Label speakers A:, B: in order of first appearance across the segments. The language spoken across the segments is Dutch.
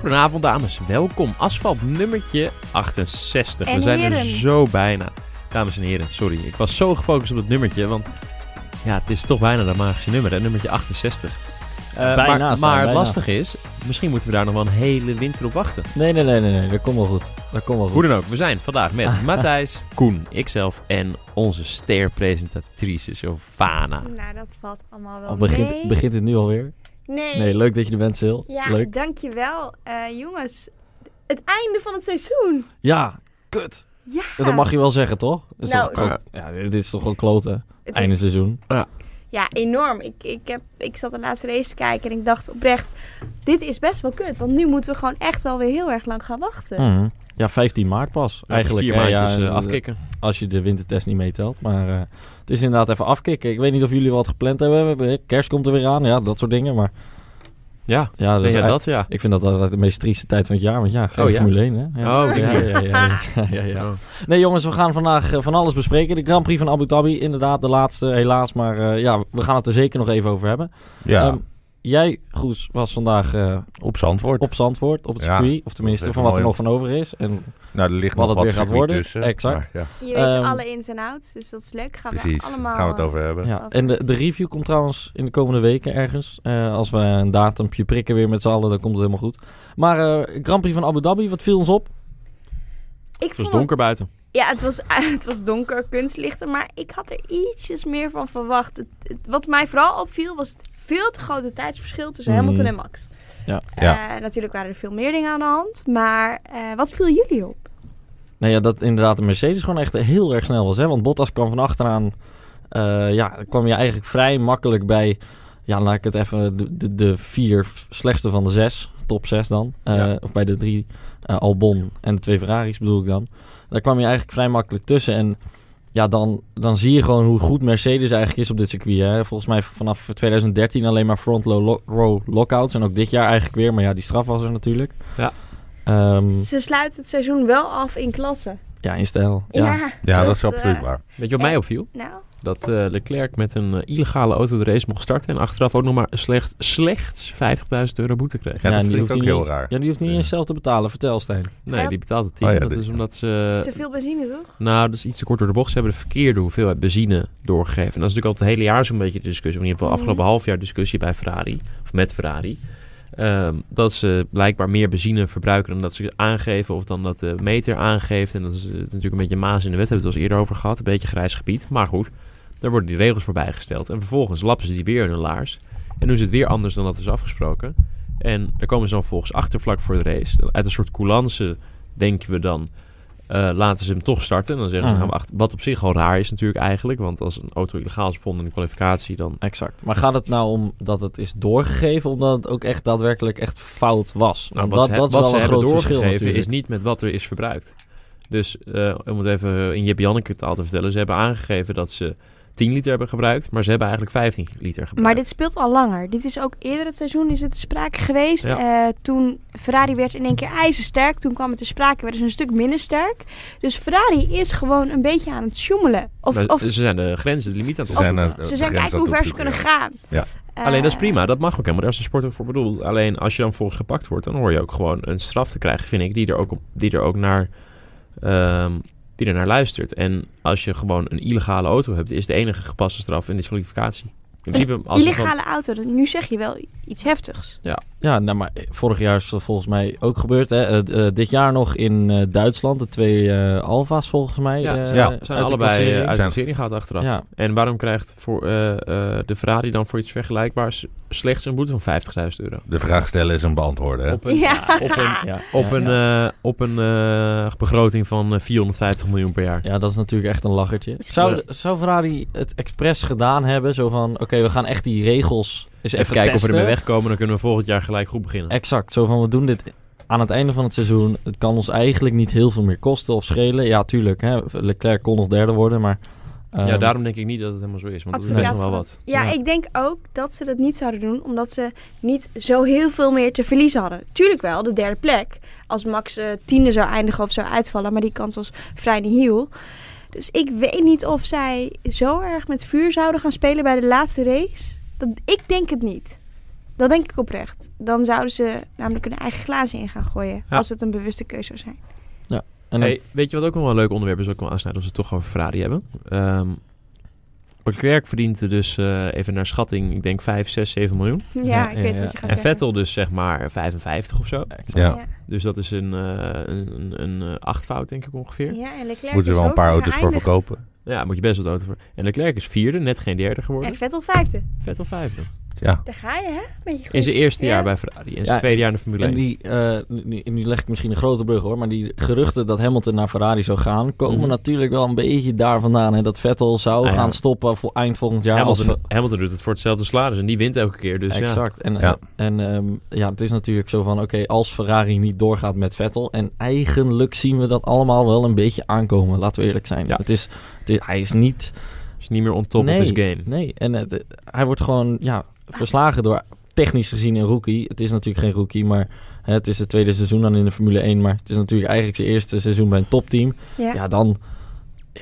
A: Goedenavond dames, welkom. Asfalt nummertje 68.
B: En
A: We zijn er
B: heren.
A: zo bijna. Dames en heren, sorry. Ik was zo gefocust op het nummertje, want ja, het is toch bijna dat magische nummer, hè? nummertje 68. Eh,
C: Bijna
A: maar
C: staan,
A: maar het
C: bijna.
A: lastige is, misschien moeten we daar nog wel een hele winter op wachten.
C: Nee, nee, nee, nee, nee. Dat komt wel goed. Dat komt wel goed.
A: Hoe dan ook, we zijn vandaag met Matthijs, Koen, ikzelf en onze sterpresentatrice Giovanna.
B: Nou, dat valt allemaal wel
C: Al Ah. Oh, begint,
B: mee.
C: begint het nu alweer.
B: nee.
C: Nee, leuk dat je er bent, Sil.
B: Ja,
C: Leuk.
B: dankjewel. Eh, jongens, het einde van het seizoen.
C: Ja, kut.
B: Ja.
C: Dat mag je wel zeggen, toch? Dat Is
B: Nou,
C: toch klo- ja, dit is toch wel kloten.
B: Het is-
C: Einde seizoen.
B: ja, enorm. Ik, ik, heb, ik zat de laatste race te kijken en ik dacht oprecht, dit is best wel kut. Want nu moeten we gewoon echt wel weer heel erg lang gaan wachten.
C: Mhm. Ja, 15 maart pas. Eigenlijk
A: vier
C: hè, ja,
A: maandjes eh,
C: eh,
A: afkicken.
C: Als je de wintertest niet meetelt. Maar eh, het is inderdaad even afkicken. Ik weet niet of jullie wat gepland hebben. We hebben- Kerst komt er weer aan. Ja, dat soort dingen. Maar
A: Ja,
C: ja, dat
A: dat
C: is
A: ja, dat
C: eigenlijk-
A: ja.
C: Ik vind dat altijd de meest trieste tijd van het jaar. Want ja, geen
A: Oh, ja.
C: Formule 1, hè? Ja.
A: Oh,
C: ja, ja, ja, ja, ja, ja, ja. Nee jongens, we gaan vandaag eh, van alles bespreken. De Grand Prix van Abu Dhabi, inderdaad de laatste helaas. Maar eh, ja, we gaan het er zeker nog even over hebben.
D: Ja,
C: Ehm, jij, Goes, was vandaag eh,
D: op Zandvoort.
C: op Zandvoort, op het
D: Ja,
C: circuit. Of
D: dat
C: tenminste,
D: is
C: van wat er
D: mooi.
C: nog van over is. En
D: Nou, er ligt
C: Wat
D: nog
C: het
D: wat
C: weer gaat
D: circuit
C: worden,
D: tussen.
C: exact.
D: Maar ja,
B: Je weet
C: Ehm,
B: alle ins en outs, dus dat is leuk. Gaan
D: precies.
B: we allemaal...
D: gaan we het
B: eh,
D: over hebben.
C: ja. en de, de review komt trouwens in de komende weken ergens. Eh, als we een datumpje prikken weer met z'n allen, dan komt het helemaal goed. Maar eh, Grand Prix van Abu Dhabi, wat viel ons op?
B: Ik
A: Het was
B: vond
A: donker buiten.
B: Ja, het was, het was donker, kunstlichter, maar ik had er ietsjes meer van verwacht. Het- het- wat mij vooral opviel was het veel te grote tijdsverschil tussen
C: Mm.
B: Hamilton en Max.
C: Ja.
B: Eh,
D: Ja.
B: natuurlijk waren er veel meer dingen aan de hand, maar eh, wat viel jullie op?
C: Nou ja, dat inderdaad de Mercedes gewoon echt heel erg snel was. Hè? Want Bottas kwam van achteraan. eh ja, kwam je eigenlijk vrij makkelijk bij. Ja, laat ik het even. De, de, de vier slechtste van de zes. Top zes dan. eh,
A: Ja.
C: Of bij de drie eh, Albon en de twee Ferraris bedoel ik dan. Daar kwam je eigenlijk vrij makkelijk tussen. En ja, dan, dan zie je gewoon hoe goed Mercedes eigenlijk is op dit circuit. Hè? Volgens mij vanaf 2013 alleen maar front low lo- row lockouts. En ook dit jaar eigenlijk weer. Maar ja, die straf was er natuurlijk.
A: Ja.
C: Ehm,
B: Ze sluiten het seizoen wel af in klassen.
C: ja, in stijl.
D: Ja, dat is absoluut
B: eh,
D: waar.
A: Weet je wat mij opviel?
B: nou,
A: Dat eh, Leclerc met een eh, illegale auto de race mocht starten en achteraf ook nog maar slecht, slechts 50.000 euro boete kreeg.
D: Ja, dat
C: en die
D: vind ik
C: hoeft
D: ook
C: hij
D: heel
C: niet eens-
D: raar.
C: Ja, die hoeft niet
D: Ja.
C: eens zelf te betalen. Vertel, Stijn.
A: Nee,
B: Ja.
A: die betaalt het 10.
D: Oh ja,
A: dat
D: dit-
A: is omdat ze...
B: te veel benzine toch?
A: Nou, dat is iets te kort door de bocht. Ze hebben de verkeerde hoeveelheid benzine doorgegeven. En dat is natuurlijk al het hele jaar zo'n beetje de discussie. Of in ieder geval
B: Mhm.
A: afgelopen half jaar discussie bij Ferrari. Of met Ferrari. Ehm, dat ze blijkbaar meer benzine verbruiken dan dat ze aangeven. Of dan dat de meter aangeeft. En dat is eh, natuurlijk een beetje een maas in de wet. Hebben we het al eens eerder over gehad. Een beetje grijs gebied. Maar goed, daar worden die regels voor bijgesteld. En vervolgens lappen ze die weer in hun laars. En doen ze het weer anders dan dat is afgesproken. En daar komen ze dan volgens achter vlak voor de race. Uit een soort coulance denken we dan... eh, laten ze hem toch starten. En dan zeggen ze,
C: Mhm.
A: gaan we achter- wat op zich al raar is natuurlijk eigenlijk. Want als een auto illegaal is bevonden in de kwalificatie... dan
C: Exact. Maar gaat het nou om dat het is doorgegeven, omdat het ook echt daadwerkelijk echt fout was?
A: Nou,
C: Want
A: wat,
C: dat,
A: ze,
C: dat is
A: wat
C: wel
A: ze
C: een
A: hebben
C: groot verschil
A: doorgegeven
C: natuurlijk.
A: is niet met wat er is verbruikt. Dus eh, om het even in Jip Janneke taal te vertellen. Ze hebben aangegeven dat ze 10 liter hebben gebruikt. Maar ze hebben eigenlijk 15 liter gebruikt.
B: Maar dit speelt al langer. Dit is ook eerder het seizoen is het te sprake geweest. Eh, toen Ferrari werd in één keer ijzersterk. Toen kwam het te sprake, werden ze een stuk minder sterk. Dus Ferrari is gewoon een beetje aan het sjoemelen. Of,
A: Maar
B: of
A: ze zijn de grenzen, de limiet aan het
D: Ze
A: opzoeken.
D: zijn, eh,
B: ze
D: de
B: zijn
D: grens
B: kijken
D: aan
B: hoe
D: toe
B: ver ze
D: zoeken,
B: kunnen
D: ja.
B: gaan.
D: Ja.
B: Eh,
A: Alleen dat is prima, dat mag ook helemaal. Daar is de sport ook voor bedoeld. Alleen als je dan volgens gepakt wordt, dan hoor je ook gewoon een straf te krijgen, vind ik, die er ook, op, die er ook naar, ehm, die er naar luistert. En als je gewoon een illegale auto hebt, is de enige gepaste straf een disqualificatie. In principe, als je van-
B: Illegale auto, dat- nu zeg je wel iets heftigs.
C: Ja, nou, maar vorig jaar is dat volgens mij ook gebeurd. Hè? Eh, d- eh, dit jaar nog in eh, Duitsland, de twee eh, Alfa's volgens mij.
A: Ja,
C: eh,
A: ze
D: Ja.
C: uit de
A: zijn allebei eh,
C: klassering.
A: uit de
D: Zijn-
A: serie gehad achteraf.
C: Ja,
A: En waarom krijgt voor, eh, eh, de Ferrari dan voor iets vergelijkbaars slechts een boete van 50.000 euro?
D: De vraag stellen is een beantwoorden. Hè?
A: Op een,
B: Ja.
A: op een,
C: ja,
A: op
C: ja,
A: een,
C: ja.
A: eh, op een eh, begroting van eh, 450 miljoen per jaar.
C: Ja, dat is natuurlijk echt een lachertje.
B: Misschien-
C: Zou, zou Ferrari het expres gedaan hebben? Zo van, oké, we gaan echt die regels eens even,
A: Even, kijken of we
C: testen.
A: ermee wegkomen, dan kunnen we volgend jaar gelijk goed beginnen.
C: Exact. Zo van, we doen dit aan het einde van het seizoen. Het kan ons eigenlijk niet heel veel meer kosten of schelen. Ja, tuurlijk. Hè. Leclerc kon nog derde worden, maar... ehm,
A: ja, daarom denk ik niet dat het helemaal zo is, want het is
B: Advocaat
A: nog wel
B: van-
A: wat.
B: Ja,
C: Ja.
B: ik denk ook dat ze dat niet zouden doen, omdat ze niet zo heel veel meer te verliezen hadden. Tuurlijk wel, de derde plek. Als Max eh, tiende zou eindigen of zou uitvallen, maar die kans was vrij nihil. Dus ik weet niet of zij zo erg met vuur zouden gaan spelen bij de laatste race. Dat, ik denk het niet. Dat denk ik oprecht. Dan zouden ze namelijk hun eigen glazen in gaan gooien.
A: Ja.
B: Als het een bewuste keuze zou zijn.
C: En dan
A: Hey, weet je wat ook nog wel een leuk onderwerp is, wat ik wil aansnijden als we het toch over Ferrari hebben? Ehm Leclerc verdient er dus eh, even naar schatting, ik denk 5, 6, 7 miljoen.
B: Ja,
C: Ja,
B: ik
C: ja,
B: weet
C: ja.
B: wat je gaat
A: en
B: zeggen.
A: Vettel dus zeg maar 55 of zo.
D: Ja.
A: Dus dat is een, eh een, een, een eh, achtvoud denk ik ongeveer. Ja.
B: Ja, en Leclerc
D: Moeten
B: is
D: er wel een
B: ook
D: paar auto's voor
B: geëindigd.
D: verkopen.
A: moet je best wat auto voor. En Leclerc is vierde, net geen derde geworden.
B: En Vettel vijfde.
A: Vettel vijfde.
D: Ja.
B: Daar ga je, hè? Met je
A: In
B: groep.
A: zijn eerste
B: Ja.
A: jaar bij Ferrari en zijn
C: Ja,
A: tweede jaar in de Formule
C: En
A: 1.
C: die, eh, nu, nu leg ik misschien een grote brug hoor, maar die geruchten dat Hamilton naar Ferrari zou gaan, komen
A: Mhm.
C: natuurlijk wel een beetje daar vandaan. Hè, dat Vettel zou
A: Ah, ja.
C: gaan stoppen voor eind volgend jaar.
A: Hamilton,
C: als Ve-
A: Hamilton doet het voor hetzelfde salaris en die wint elke keer. Dus ja.
C: exact. En,
D: Ja.
C: en ehm, ja, het is natuurlijk zo van, oké, als Ferrari niet doorgaat met Vettel, en eigenlijk zien we dat allemaal wel een beetje aankomen, laten we eerlijk zijn.
A: Ja.
C: Het is, het is- hij is niet...
A: is niet meer on top
C: nee,
A: of his game.
C: Nee, en het- hij wordt gewoon ja, verslagen door technisch gezien een rookie. Het is natuurlijk geen rookie, maar hè, het is het tweede seizoen dan in de Formule 1, maar het is natuurlijk eigenlijk zijn eerste seizoen bij een topteam.
B: Ja.
C: Ja, dan...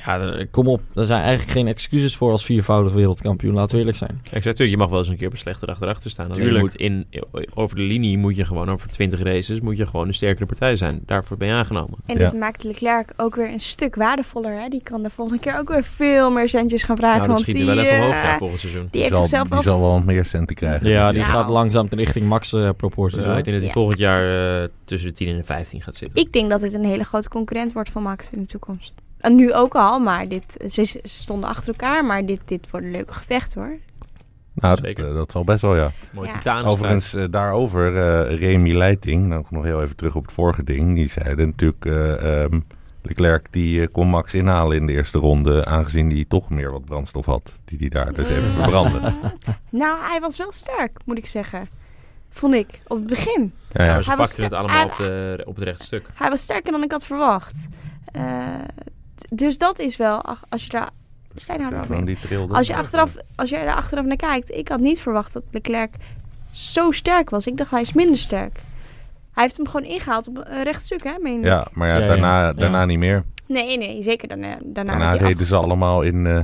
C: Ja, eh, kom op. Er zijn eigenlijk geen excuses voor als viervoudig wereldkampioen, laten we eerlijk zijn.
A: Exact, tuurlijk, je mag wel eens een keer op een slechte dag erachter staan. Alleen
C: Tuurlijk.
A: je moet in, over de linie moet je gewoon, over 20 races, moet je gewoon een sterkere partij zijn. Daarvoor ben je aangenomen.
B: En
D: Ja.
B: dit maakt Leclerc ook weer een stuk waardevoller. Hè? Die kan de volgende keer ook weer veel meer centjes gaan vragen.
A: nou, dat
B: want
A: schiet
B: die,
A: nu wel even
B: eh,
A: omhoog ja, volgend seizoen.
B: die heeft
D: zal,
B: zichzelf
D: die
B: wel...
D: zal wel wat meer centen krijgen.
C: Ja, die
B: Ja.
C: gaat langzaam richting eh, max-proporties.
A: Dus ik denk dat hij
B: Ja.
A: volgend jaar eh, tussen de 10 en de 15 gaat zitten.
B: Ik denk dat dit een hele grote concurrent wordt van Max in de toekomst. En nu ook al, maar dit, ze ze stonden achter elkaar. Maar dit, dit wordt een leuk gevecht, hoor.
D: Nou, dat,
A: Zeker.
D: eh, dat zal best wel, ja.
A: Mooi
B: Ja.
A: titanenstrijd.
D: Overigens, eh, daarover, eh, Remy Leiting, dan nog heel even terug op het vorige ding. Die zeiden natuurlijk, eh, ehm, Leclerc die eh, kon Max inhalen in de eerste ronde, aangezien hij toch meer wat brandstof had. Die hij daar dus even verbrandde.
B: Nou, hij was wel sterk, moet ik zeggen. Vond ik, op het begin.
D: Ja, ja.
A: Maar Nou, ze
B: Hij was
A: pakten het
B: te-
A: allemaal op,
B: hij-
A: de, op het rechte stuk.
B: Hij was sterker dan ik had verwacht. Eh, d- dus dat is wel, ach, als je daar... Stijn houdt
D: Ja,
B: nog
D: gewoon
B: mee.
D: die trilde.
B: Als je, achteraf, als je er achteraf naar kijkt, ik had niet verwacht dat Leclerc zo sterk was. Ik dacht, hij is minder sterk. Hij heeft hem gewoon ingehaald op een rechtstuk, hè? Meen ik.
D: Ja, maar ja,
C: Ja, ja,
D: daarna,
C: ja.
D: daarna niet meer.
B: Nee, nee, zeker daarna. Daarna,
D: Daarna
B: werd hij
D: reden ze
B: afgestapt.
D: allemaal in, eh,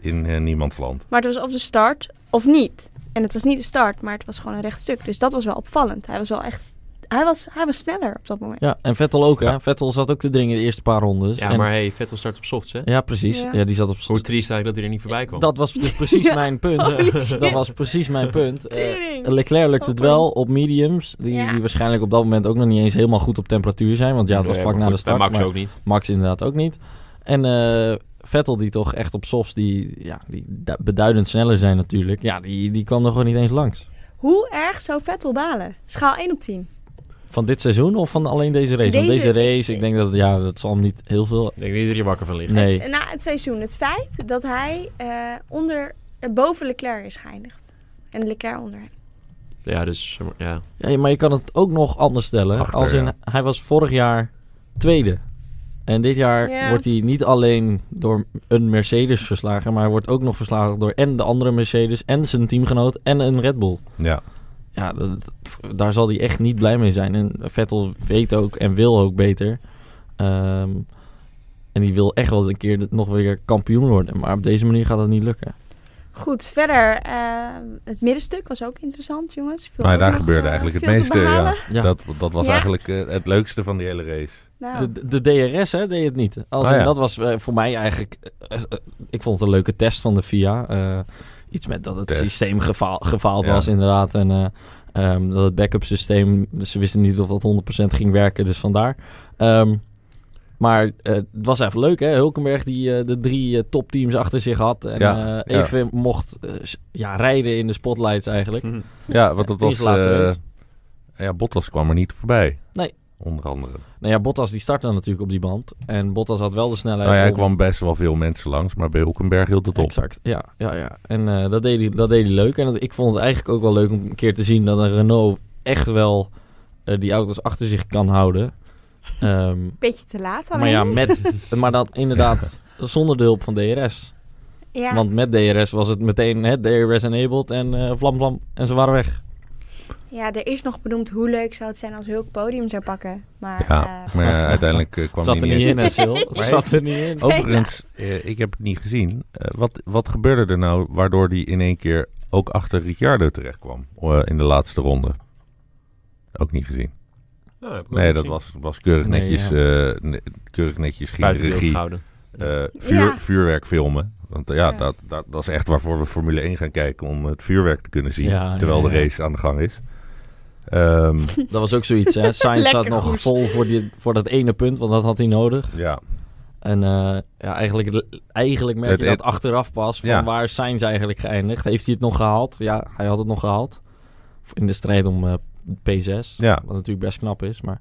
D: in eh, niemands land.
B: Maar het was of de start of niet. En het was niet de start, maar het was gewoon een rechtstuk. Dus dat was wel opvallend. Hij was wel echt... Hij was, hij was sneller op dat moment.
C: Ja, en Vettel ook, hè.
D: Ja.
C: Vettel zat ook te dringen de eerste paar rondes.
A: Ja,
C: En-
A: maar hey, Vettel start op softs, hè?
C: Ja, precies.
B: Ja.
C: Ja. die zat op...
A: Hoe triest eigenlijk dat hij er niet voorbij kwam.
C: Dat was dus precies
B: Ja.
C: mijn punt.
B: Holy
C: Dat
B: shit.
C: was precies mijn punt. Eh,
B: Tering.
C: Leclerc lukt het
B: Oh, man.
C: wel op mediums, die,
B: Ja.
C: die waarschijnlijk op dat moment ook nog niet eens helemaal goed op temperatuur zijn. Want ja, het was
A: Nee,
C: vlak
A: maar
C: na de
A: goed, bij
C: start.
A: Max
C: maar
A: ook niet.
C: Max inderdaad ook niet. En eh, Vettel die toch echt op softs, die, ja, die da- beduidend sneller zijn natuurlijk. Ja, die, die kwam er gewoon niet eens langs.
B: Hoe erg zou Vettel dalen? Schaal 1 op 10.
C: Van dit seizoen of van alleen deze race? Van
B: Deze-
C: deze race, ik denk dat ja, dat zal hem niet heel veel...
A: Ik denk niet dat hij er wakker van ligt.
C: Nee.
B: Na het seizoen. Het feit dat hij eh, onder, eh, boven Leclerc is geëindigd. En Leclerc onder hem.
A: Ja, dus zeg maar, ja.
C: Ja, maar je kan het ook nog anders stellen.
D: Achter,
C: als in,
D: ja.
C: Hij was vorig jaar tweede. En dit jaar
B: Ja.
C: wordt hij niet alleen door een Mercedes verslagen, maar hij wordt ook nog verslagen door en de andere Mercedes en zijn teamgenoot en een Red Bull.
D: Ja,
C: Ja, dat- daar zal hij echt niet blij mee zijn. En Vettel weet ook en wil ook beter. Ehm, en die wil echt wel een keer nog weer kampioen worden. Maar op deze manier gaat dat niet lukken.
B: Goed, verder. eh, het middenstuk was ook interessant, jongens. Veel
D: maar
B: ook
D: Nou daar
B: nog,
D: gebeurde
B: eh,
D: eigenlijk het
B: veel te
D: meeste. Ja.
B: behalen.
C: Ja.
D: Dat, dat was
B: Ja.
D: eigenlijk eh, het leukste van die hele race.
B: Nou,
C: De, de DRS hè, deed het niet. Als
D: Ah,
C: in,
D: ja.
C: Dat was eh, voor mij eigenlijk... eh, eh, eh, ik vond het een leuke test van de FIA. Eh, iets met dat het
D: Test.
C: systeem gefaal- gefaald
D: Ja.
C: was inderdaad. En eh, ehm, dat het backup systeem... Dus ze wisten niet of dat 100% ging werken, dus vandaar. Ehm, maar eh, het was even leuk, hè? Hulkenberg die eh, de drie eh, topteams achter zich had. En
D: Ja,
C: eh,
D: ja.
C: even mocht eh, s- ja, rijden in de spotlights
D: Hm.
C: eigenlijk.
A: Hm.
D: Ja, want dat
C: Die is
D: was...
C: de laatste
D: eh,
C: race.
D: ja, Bottas kwam er niet voorbij.
C: Nee.
D: Onder andere.
C: Nou ja, Bottas die startte natuurlijk op die band. En Bottas had wel de snelheid
D: Nou ja, er
C: om-
D: kwam best wel veel mensen langs, maar bij Hulkenberg hield het op.
C: Exact, ja. ja, ja. En eh, dat, deed hij, dat deed hij leuk. En dat, ik vond het eigenlijk ook wel leuk om een keer te zien dat een Renault echt wel eh, die auto's achter zich kan houden. Ehm,
B: beetje te laat alleen.
C: maar ja, met, maar dan inderdaad zonder de hulp van DRS.
B: Ja.
C: Want met DRS was het meteen hè, DRS enabled en eh, vlam vlam en ze waren weg.
B: Ja, er is nog benoemd hoe leuk zou het zijn als Hulk podium zou pakken. Maar
D: Ja,
B: eh,
D: maar ja, uiteindelijk eh, kwam
C: Het zat
D: hij
C: er
D: niet
C: niet
D: eens.
C: in, hè, Sil? Het
D: Nee.
C: zat er niet in.
D: Overigens, eh, ik heb het niet gezien. Eh, wat, wat gebeurde er nou waardoor hij in één keer ook achter Ricciardo terecht kwam eh, in de laatste ronde. Ook niet gezien. Nee, dat was, was keurig
C: Nee,
D: netjes.
C: ja.
D: eh, ne- keurig netjes ging
A: buiten beeld
D: regie.
A: gehouden.
D: eh, vuur,
B: Ja.
D: vuurwerk filmen. Want eh, ja,
B: Ja.
D: Dat, dat, dat is echt waarvoor we Formule 1 gaan kijken. Om het vuurwerk te kunnen zien.
C: Ja,
D: terwijl
C: ja,
D: de
C: ja.
D: race aan de gang is. Ehm,
C: Dat was ook zoiets, hè. Sainz zat
B: Lekker
C: nog
B: goed.
C: vol voor, die, voor dat ene punt, want dat had hij nodig.
D: ja,
C: En eh, ja, eigenlijk, eigenlijk merk
D: Het-
C: je dat
D: het-
C: achteraf pas van
D: Ja.
C: waar is Sainz eigenlijk geëindigd. Heeft hij het nog gehaald? Ja, hij had het nog gehaald. In de strijd om eh, P6.
D: ja,
C: Wat natuurlijk best knap is, maar...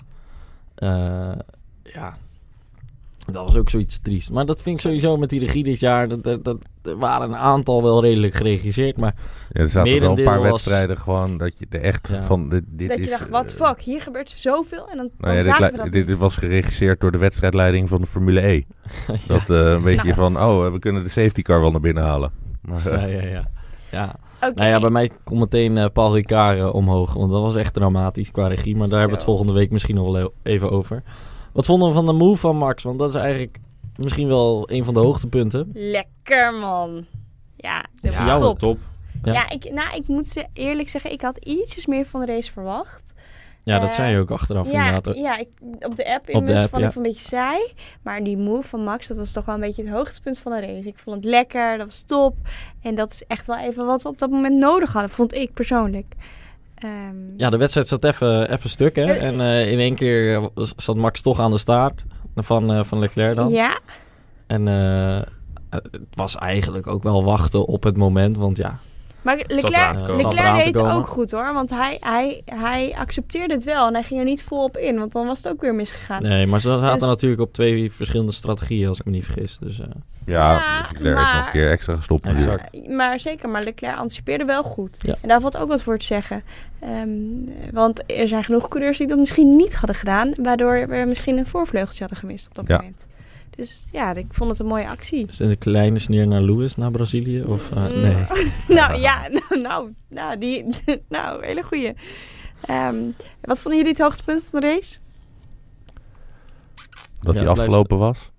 C: eh, ja, dat was ook zoiets triest. Maar dat vind ik sowieso met die regie dit jaar... Dat, dat, dat- er waren een aantal wel redelijk geregisseerd, maar...
D: Ja, er zaten wel een
C: Merendeel
D: paar
C: was-
D: wedstrijden gewoon dat je er echt
C: Ja.
D: van... Dit, dit
B: dat
D: is,
B: je dacht, wat
D: eh,
B: fuck, hier gebeurt zoveel. En dan, dan
D: Nou ja, dit,
B: zagen we
D: li-
B: dat
D: dit was geregisseerd door de wedstrijdleiding van de Formule E. Dat eh, een
B: Nou.
D: beetje van, oh, eh, we kunnen de safety car wel naar binnen halen. Maar, eh,
C: ja, ja, ja. ja.
B: Oké.
C: Nou ja, bij mij komt meteen eh, Paul Ricard eh, omhoog. Want dat was echt dramatisch qua regie. Maar daar hebben we het
B: Zo.
C: volgende week misschien nog wel e- even over. Wat vonden we van de move van Max? Want dat is eigenlijk misschien wel een van de hoogtepunten.
B: Lekker man. Ja, dat
C: Ja,
B: was
C: jouw
B: top.
A: top.
C: Ja.
B: Ja, ik, nou, ik moet ze eerlijk zeggen, ik had ietsjes meer van de race verwacht.
C: Ja, dat
B: Eh,
C: zei je ook achteraf
B: ja,
C: inderdaad. eh,
B: ja ik, op de app
C: de
B: inmiddels
C: app,
B: vond
C: ja.
B: ik het een beetje saai. Maar die move van Max, dat was toch wel een beetje het hoogtepunt van de race. Ik vond het lekker, dat was top. En dat is echt wel even wat we op dat moment nodig hadden, vond ik persoonlijk. Ehm,
C: Ja, de wedstrijd zat even, even stuk, hè?
B: Eh,
C: En eh, in één keer eh, was- zat Max toch aan de staart van, eh, van Leclerc dan.
B: ja,
C: En eh, het was eigenlijk ook wel wachten op het moment. Want ja,
B: maar
A: eraan te
B: Leclerc,
A: komen.
C: Zat eraan
B: Leclerc
C: te
B: deed het
C: komen.
B: ook goed hoor. Want hij, hij, hij accepteerde het wel en hij ging er niet vol op in. Want dan was het ook weer misgegaan.
C: nee, maar ze zaten
B: Dus-
C: natuurlijk op twee verschillende strategieën, als ik me niet vergis. Dus eh,
D: ja,
B: Ja,
D: Leclerc is nog een
B: maar-
D: keer extra gestopt.
C: Exact.
D: natuurlijk.
B: Eh, Maar zeker, maar Leclerc anticipeerde wel goed.
C: Ja.
B: En daar valt ook wat voor te zeggen. Ehm, want er zijn genoeg coureurs die dat misschien niet hadden gedaan, waardoor we misschien een voorvleugeltje hadden gemist op dat
D: Ja.
B: moment. Dus ja, ik vond het een mooie actie.
C: Is dit een kleine sneer naar Lewis, naar Brazilië? Of, eh,
B: Mm.
C: nee.
B: nou ja, nou, nou, nou, die, nou hele goeie. Ehm, wat vonden jullie het hoogtepunt van de race?
D: Dat
C: Ja,
D: hij
C: blijft-
D: afgelopen was.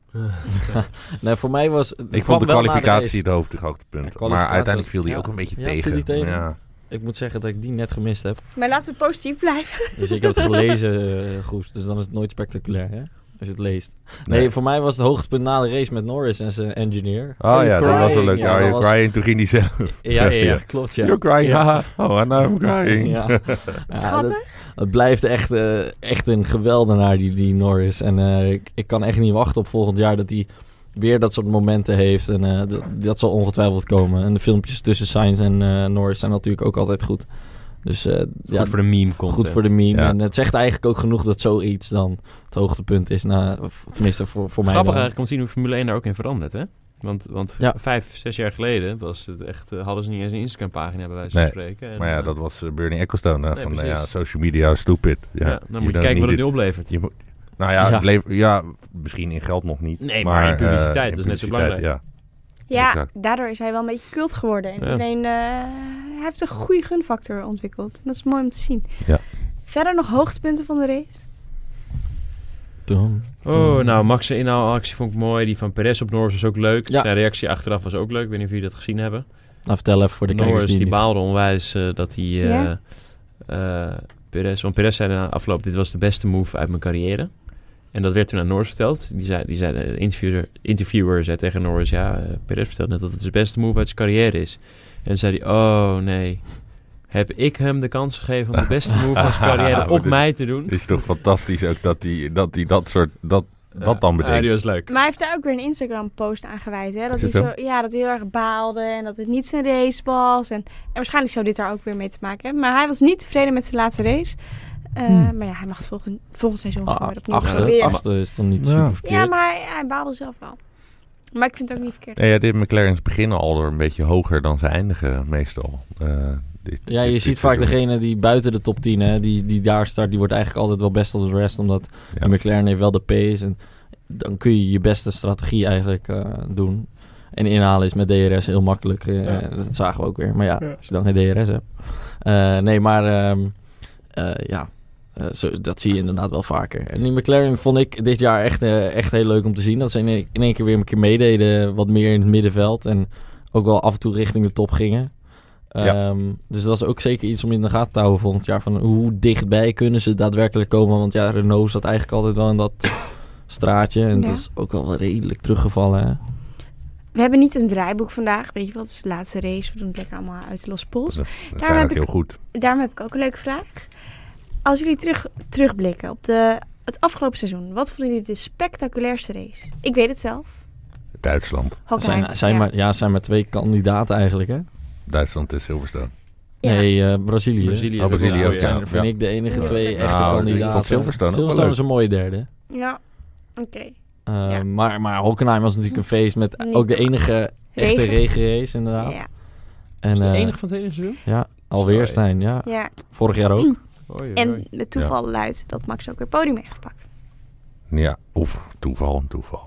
C: nee, voor mij was...
D: Ik
C: kwam
D: vond de
C: wel na race.
D: kwalificatie het hoofdhoogtepunt. maar
C: kwalificatie
D: uiteindelijk
C: was-
D: viel die
C: ja.
D: ook een beetje
C: Ja, viel
D: tegen.
C: die tegen.
D: Ja.
C: Ik moet zeggen dat ik die net gemist heb.
B: Maar laten we positief blijven.
C: Dus ik heb het gelezen, eh Goes. Dus dan is het nooit spectaculair, hè? Als je het leest. Nee,
D: Nee.
C: voor mij was het hoogtepunt na de race met Norris en zijn engineer.
D: Oh ja, dat
C: crying.
D: was wel leuk.
C: Ja,
D: Are
C: dat
D: you
C: was-
D: crying? Toen ging die zelf.
C: Ja, ja, ja,
D: Ja.
C: klopt, ja.
D: You're crying,
C: Ja.
D: haha. Oh, and I'm crying.
C: Ja. Ja, dat,
B: Schattig.
C: het blijft echt, eh, echt een geweldenaar, die, die Norris. En eh, ik, ik kan echt niet wachten op volgend jaar dat hij weer dat soort momenten heeft. En eh, dat, dat zal ongetwijfeld komen. En de filmpjes tussen Sainz en eh, Norris zijn natuurlijk ook altijd goed. Dus eh, ja,
A: Goed voor de meme content.
C: goed voor de meme.
D: Ja.
C: En het zegt eigenlijk ook genoeg dat zoiets dan het hoogtepunt is. Na, of tenminste, voor, voor mij
A: Grappig
C: dan.
A: eigenlijk om te zien hoe Formule 1 daar ook in verandert, hè? Want, want
C: Ja.
A: vijf, zes jaar geleden was het echt, eh, hadden ze niet eens een Instagram-pagina bij wijze van
D: Nee,
A: spreken. En,
D: Maar ja,
A: eh,
D: dat was eh, Bernie Ecclestone. hè,
A: Nee,
D: van,
A: precies.
D: ja, social media is stupid. Ja,
A: ja, dan moet je
D: don't
A: kijken wat
D: need
A: het
D: it.
A: nu oplevert.
D: Je moet- nou ja,
C: Ja.
D: het lever- ja, misschien in geld nog niet.
A: Nee, maar in
D: eh,
A: publiciteit,
D: in
A: dat is net zo
D: publiciteit,
A: belangrijk.
D: Ja.
B: Ja,
D: Exact.
B: daardoor is hij wel een beetje cult geworden. En
A: Ja.
B: iedereen, eh, hij heeft een goede gunfactor ontwikkeld. En dat is mooi om te zien.
D: Ja.
B: Verder nog hoogtepunten van de race?
C: Dum, Mm.
A: Oh, nou, Max' inhaalactie vond ik mooi. Die van Perez op Norris was ook leuk.
C: Ja.
A: Zijn reactie achteraf was ook leuk. Ik weet niet of jullie dat gezien hebben.
C: Nou, vertel even voor de
A: Norris
C: kijkers
A: die,
C: die, niet-
A: baalde onwijs eh, dat hij... eh
B: Ja.
A: eh, Perez, want Perez zei na afloop, dit was de beste move uit mijn carrière. En dat werd toen aan Norris verteld. Die zei, die zei, de interviewer, interviewer zei tegen Norris, ja, eh, Perez vertelde net dat het de beste move uit zijn carrière is. En dan zei hij, oh nee, heb ik hem de kans gegeven om de beste move van zijn carrière
D: Maar
A: op
D: dit-
A: mij te doen?
D: Het is toch fantastisch ook dat hij dat, die dat soort... Dat, wat dan
A: Ja,
D: betekent.
A: die was leuk.
B: Maar hij heeft daar ook weer een Instagram-post aan gewijd. Hè? Dat,
D: Is
B: hij
D: het
B: zo, ja, dat hij heel erg baalde en dat het niet zijn race was. En, en waarschijnlijk zou dit daar ook weer mee te maken hebben. Maar hij was niet tevreden met zijn laatste race. Eh, Maar ja, hij mag het volgend, volgend seizoen
C: Ah,
B: gewoon weer opnieuw
C: achtste,
B: proberen.
C: achtste is dan niet
D: Ja.
C: super verkeerd.
B: Ja, maar hij, hij baalde zelf wel. Maar ik vind het ook niet verkeerd.
D: Nee, ja, dit McLaren's beginnen al door een beetje hoger dan ze eindigen meestal. Eh, dit-
C: Ja,
D: dit-
C: je
D: dit
C: ziet vaak
D: seizoen.
C: degene die buiten de top 10, hè, die, die daar start, die wordt eigenlijk altijd wel best op de rest. Omdat
D: Ja.
C: McLaren heeft wel de pace. En dan kun je je beste strategie eigenlijk eh, doen. En inhalen is met DRS heel makkelijk. eh, Dat zagen we ook weer. Maar ja, als je dan geen DRS hebt. Eh, nee, maar ehm, eh, ja, eh, zo, dat zie je inderdaad wel vaker. En die McLaren vond ik dit jaar echt, eh, echt heel leuk om te zien. Dat ze in, één- in één keer weer een keer meededen, wat meer in het middenveld. En ook wel af en toe richting de top gingen.
D: Ja.
C: Ehm, Dus dat is ook zeker iets om in de gaten te houden volgend jaar. Van hoe dichtbij kunnen ze daadwerkelijk komen? Want ja, Renault zat eigenlijk altijd wel in dat straatje. En
B: Ja.
C: dat is ook wel redelijk teruggevallen. hè.
B: We hebben niet een draaiboek vandaag. Weet je wat? Het is de laatste race. We doen het lekker allemaal uit de losse pols.
D: Dat
B: Daarom
D: zijn
B: heb
D: ook
B: ik-
D: heel goed.
B: Daarom heb ik ook een leuke vraag. Als jullie terug, terugblikken op de, het afgelopen seizoen. Wat vonden jullie de spectaculairste race? Ik weet het zelf.
D: Duitsland.
B: Hockenheim.
C: Zijn, zijn
B: ja.
C: Maar, ja, zijn maar twee kandidaten eigenlijk, hè?
D: Duitsland is Silverstone.
B: Ja.
C: Nee, eh, Brazilië.
A: Brazilië.
D: Oh, Brazilië
A: Ja,
C: Dat
D: ook,
A: ja.
C: zijn
D: ja.
C: er, vind ik, de enige
B: Ja.
C: twee
B: Nou,
C: echte
B: ik vond
C: kandidaten.
D: Silverstone ook wel
C: Silverstone
D: leuk.
C: is een mooie derde.
B: Ja, oké.
C: Eh,
B: Ja.
C: maar, maar Hockenheim was natuurlijk een feest met
B: Nee.
C: ook de enige echte
B: Regen.
C: regenrace inderdaad.
B: Ja.
C: En
A: Is het
C: eh,
A: de enige van het hele seizoen?
C: ja, alweer
A: Sorry.
C: Stijn, ja.
B: ja.
C: Vorig jaar ook.
A: Oei, oei, oei.
B: En het toeval luidt dat Max ook weer podium heeft gepakt.
D: Ja, of toeval, toeval.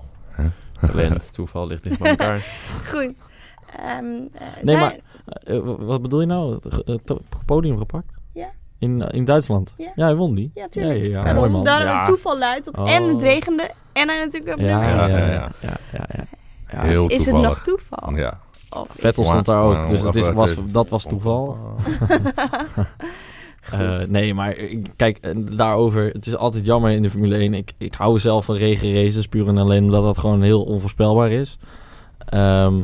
A: Talent, toeval ligt dicht bij elkaar.
B: Goed. Ehm, eh,
C: Nee,
B: zijn-
C: maar eh, w- wat bedoel je nou? Ge- eh, to- Podium gepakt?
B: Ja.
C: In, eh, in Duitsland?
B: Ja.
C: hij won die.
B: Ja, tuurlijk.
C: Ja, ja, ja.
B: Daarom,
C: Mooi man.
B: daarom
A: Ja.
B: het toeval luidt dat
C: Oh.
B: en het regende en hij natuurlijk weer
C: Ja,
B: ja,
C: Ah, ja,
D: Ja,
C: ja.
D: ja,
C: ja,
D: ja.
C: ja, ja. Ja,
D: Heel
B: Is het
D: toevallig.
B: nog toeval?
D: Ja.
B: Of is
C: Vettel
B: het-
C: stond daar
D: Maar-
C: ook, dus
D: maar-
C: dat, is,
D: maar-
C: was, dat was toeval.
B: Goed.
C: Eh, nee, maar ik- kijk, eh, daarover. Het is altijd jammer in de Formule 1. Ik, ik hou zelf van regenraces, puur en alleen omdat dat gewoon heel onvoorspelbaar is. Ehm,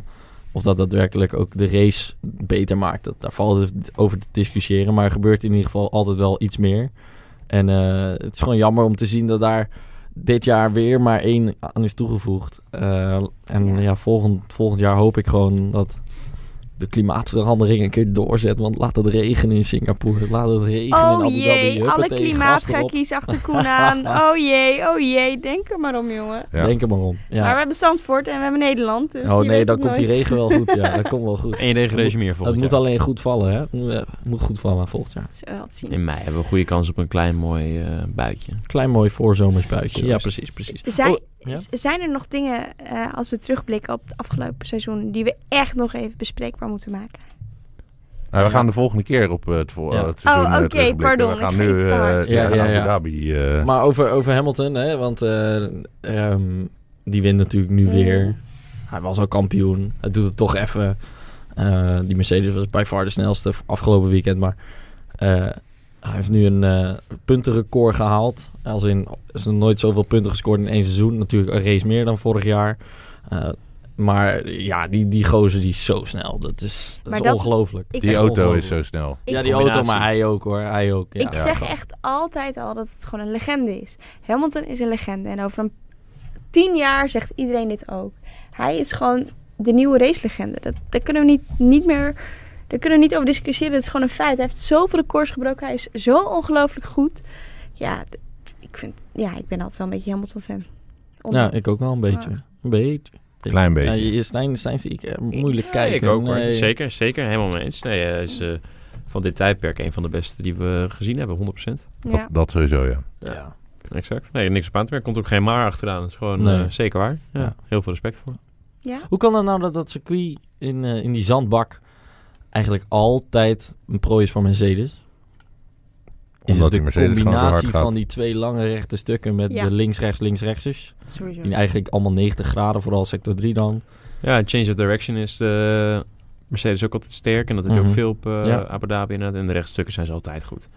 C: of dat daadwerkelijk ook de race beter maakt. Dat, daar valt het over te discussiëren. Maar er gebeurt in ieder geval altijd wel iets meer. En eh, het is gewoon jammer om te zien dat daar dit jaar weer maar één aan is toegevoegd. Eh, en
B: Ja.
C: ja, volgend, volgend jaar hoop ik gewoon dat de klimaatverandering een keer doorzet. Want laat het regenen in Singapore. Laat het regenen in
B: Oh
C: Abu Dhabi.
B: jee,
C: Huppatee,
B: alle
C: gas erop.
B: klimaatgekkies achter Koen aan. Oh jee, oh jee, denk er maar om, jongen.
D: Ja.
C: Denk er maar om.
B: Maar we
C: Ja.
B: hebben Zandvoort en we hebben Nederland. Dus
C: oh
B: je
C: nee,
B: weet
C: dan
B: het
C: komt die
B: nooit.
C: regen wel goed. Ja, dat komt wel goed.
A: Eén regenrace meer
C: Het
A: volgend
C: moet
A: jaar.
C: alleen goed vallen, hè? Het moet- Het moet goed vallen volgend jaar.
B: Zullen we wel zien.
A: In mei hebben we goede kans op een klein mooi eh, buitje.
C: Klein mooi voorzomersbuitje.
A: Zo
C: Ja,
A: is het.
C: precies, precies.
B: Zijn,
C: Oh, ja?
B: z- zijn er nog dingen, eh, als we terugblikken op het afgelopen seizoen, die we echt nog even bespreekbaar moeten maken?
D: Nou, we gaan de volgende keer op eh, het, voor,
C: Ja.
D: het seizoen
B: Oh,
D: eh,
B: oké,
D: terugblikken.
B: pardon,
D: We
B: ik
D: gaan nu
B: vergeet te
D: eh,
B: hard.
D: we gaan
C: Ja, ja, ja.
D: Abu Dhabi. eh,
C: Maar over, over Hamilton, hè? Want eh, ehm, die wint natuurlijk nu
B: Ja.
C: weer. Hij was al kampioen. Hij doet het toch even. Eh, die Mercedes was bij far de snelste v- afgelopen weekend. Maar eh, hij heeft nu een eh, puntenrecord gehaald. Als in, er zijn nooit zoveel punten gescoord in één seizoen. Natuurlijk een race meer dan vorig jaar. Eh, maar ja, die, die gozer die is zo snel. Dat is, dat
B: Maar
C: is
B: dat-
C: ongelooflijk.
B: ik-
D: die
C: Echt
D: auto
C: ongelooflijk.
D: is zo snel.
C: Ja,
B: Ik-
C: die auto,
A: Combinatie.
C: maar hij ook hoor. Hij ook. Ja.
B: ik zeg echt altijd al dat het gewoon een legende is. Hamilton is een legende. En over een tien jaar zegt iedereen dit ook. Hij is gewoon de nieuwe racelegende. Dat, daar kunnen we niet, niet meer... Daar kunnen we niet over discussiëren. Het is gewoon een feit. Hij heeft zoveel records gebroken. Hij is zo ongelooflijk goed. Ja, d- ik, vind, ja ik ben altijd wel een beetje Hamilton-fan. Om-
C: Ja, ik ook wel een beetje.
B: Ja.
C: Een beetje.
D: Klein beetje.
C: Ja, je- Stijn, Stijn zie ik eh, moeilijk
A: Ja,
C: kijken.
A: Ik ook hoor.
C: Nee.
A: Zeker, zeker. Helemaal mee eens. Nee, hij is eh, van dit tijdperk een van de beste die we gezien hebben. 100%.
B: ja.
D: Dat, dat sowieso, ja.
C: Ja.
A: Exact. Nee, niks op aan te merken. Komt ook geen maar achteraan. Het is gewoon
C: Nee.
A: eh, zeker waar. Ja,
C: Ja.
A: Heel veel respect voor.
B: ja?
C: Hoe kan dat nou dat dat circuit in, eh, in die zandbak eigenlijk altijd een prooi is van Mercedes? Is
D: Omdat
C: het
D: die
C: de
D: Mercedes gewoon zo hard
C: combinatie
D: gaat.
C: van die twee lange rechte stukken met
B: Ja.
C: de links-rechts, links-rechtsjes?
B: Sowieso.
C: Die eigenlijk allemaal 90 graden, vooral sector 3 dan.
A: Ja, change of direction is de Mercedes ook altijd sterk. En dat heb je
C: Mhm.
A: ook veel op eh,
C: Ja.
A: Abu Dhabi inderdaad. En de rechtstukken zijn ze altijd goed.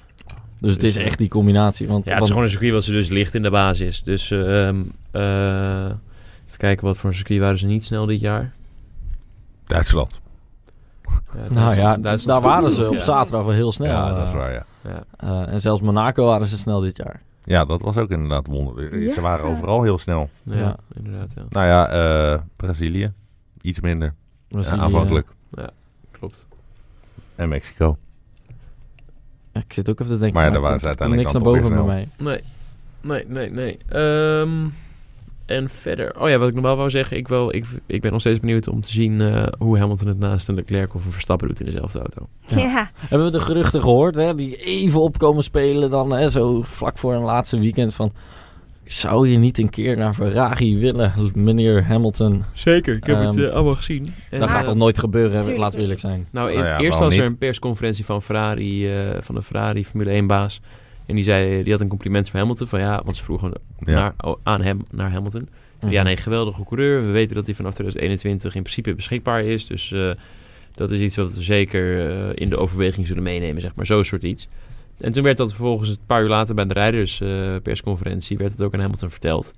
C: Dus het is echt die combinatie.
A: Ja,
C: Want,
A: het is
C: want-
A: gewoon een circuit wat ze dus licht in de basis is. Dus ehm, eh, even kijken wat voor een circuit waren ze niet snel dit jaar.
D: Duitsland.
A: Ja,
C: nou ja,
A: Duitsland- Duitsland-
C: daar waren ze op
A: Ja.
C: zaterdag wel heel snel.
D: Ja, dat is
C: eh.
D: waar, ja.
C: Eh, en zelfs Monaco waren ze snel dit jaar.
D: Ja, dat was ook inderdaad wonderlijk.
B: Ja.
D: Ze waren overal heel snel.
A: Ja,
C: Ja.
A: inderdaad. Ja.
D: Nou ja, eh, Brazilië. Iets minder.
C: Was
D: eh,
C: die, eh,
D: aanvankelijk.
A: Klopt.
D: En Mexico.
C: ik zit ook even te denken.
D: Maar ja,
C: er
D: daar waren ze uiteindelijk
C: niks naar
D: dan toch
C: boven bij
D: weer
C: mij.
A: Nee, nee, nee, nee. Ehm, en verder. Oh ja, wat ik nog wel wou zeggen. Ik, wel, ik, ik ben nog steeds benieuwd om te zien eh, hoe Hamilton het naast een Leclerc of een Verstappen doet in dezelfde auto.
C: Ja.
B: Ja.
C: Hebben we de geruchten gehoord, hè? Die even opkomen spelen dan, hè? Zo vlak voor een laatste weekend van... Zou je niet een keer naar Ferrari willen, meneer Hamilton?
A: Zeker, ik
C: heb het,
D: Ehm,
C: eh,
A: allemaal gezien.
C: dat gaat toch nooit gebeuren, hè?
B: Tuurlijk
C: laten we eerlijk
B: niet.
C: zijn.
A: Nou, e-
D: Nou ja,
A: eerst
D: waarom
A: was er
D: niet?
A: een persconferentie van Ferrari, eh, van de Ferrari Formule 1-baas. En die, zei, die had een compliment voor Hamilton. Van ja, want ze vroegen
D: Ja.
A: naar, oh, aan hem, naar Hamilton.
C: Mhm.
A: Ja, nee, geweldige coureur. We weten dat hij vanaf 2021 in principe beschikbaar is. Dus eh, Dat is iets wat we zeker eh, in de overweging zullen meenemen, zeg maar. Zo'n soort iets. En toen werd dat vervolgens een paar uur later bij de rijderspersconferentie... werd het ook aan Hamilton verteld.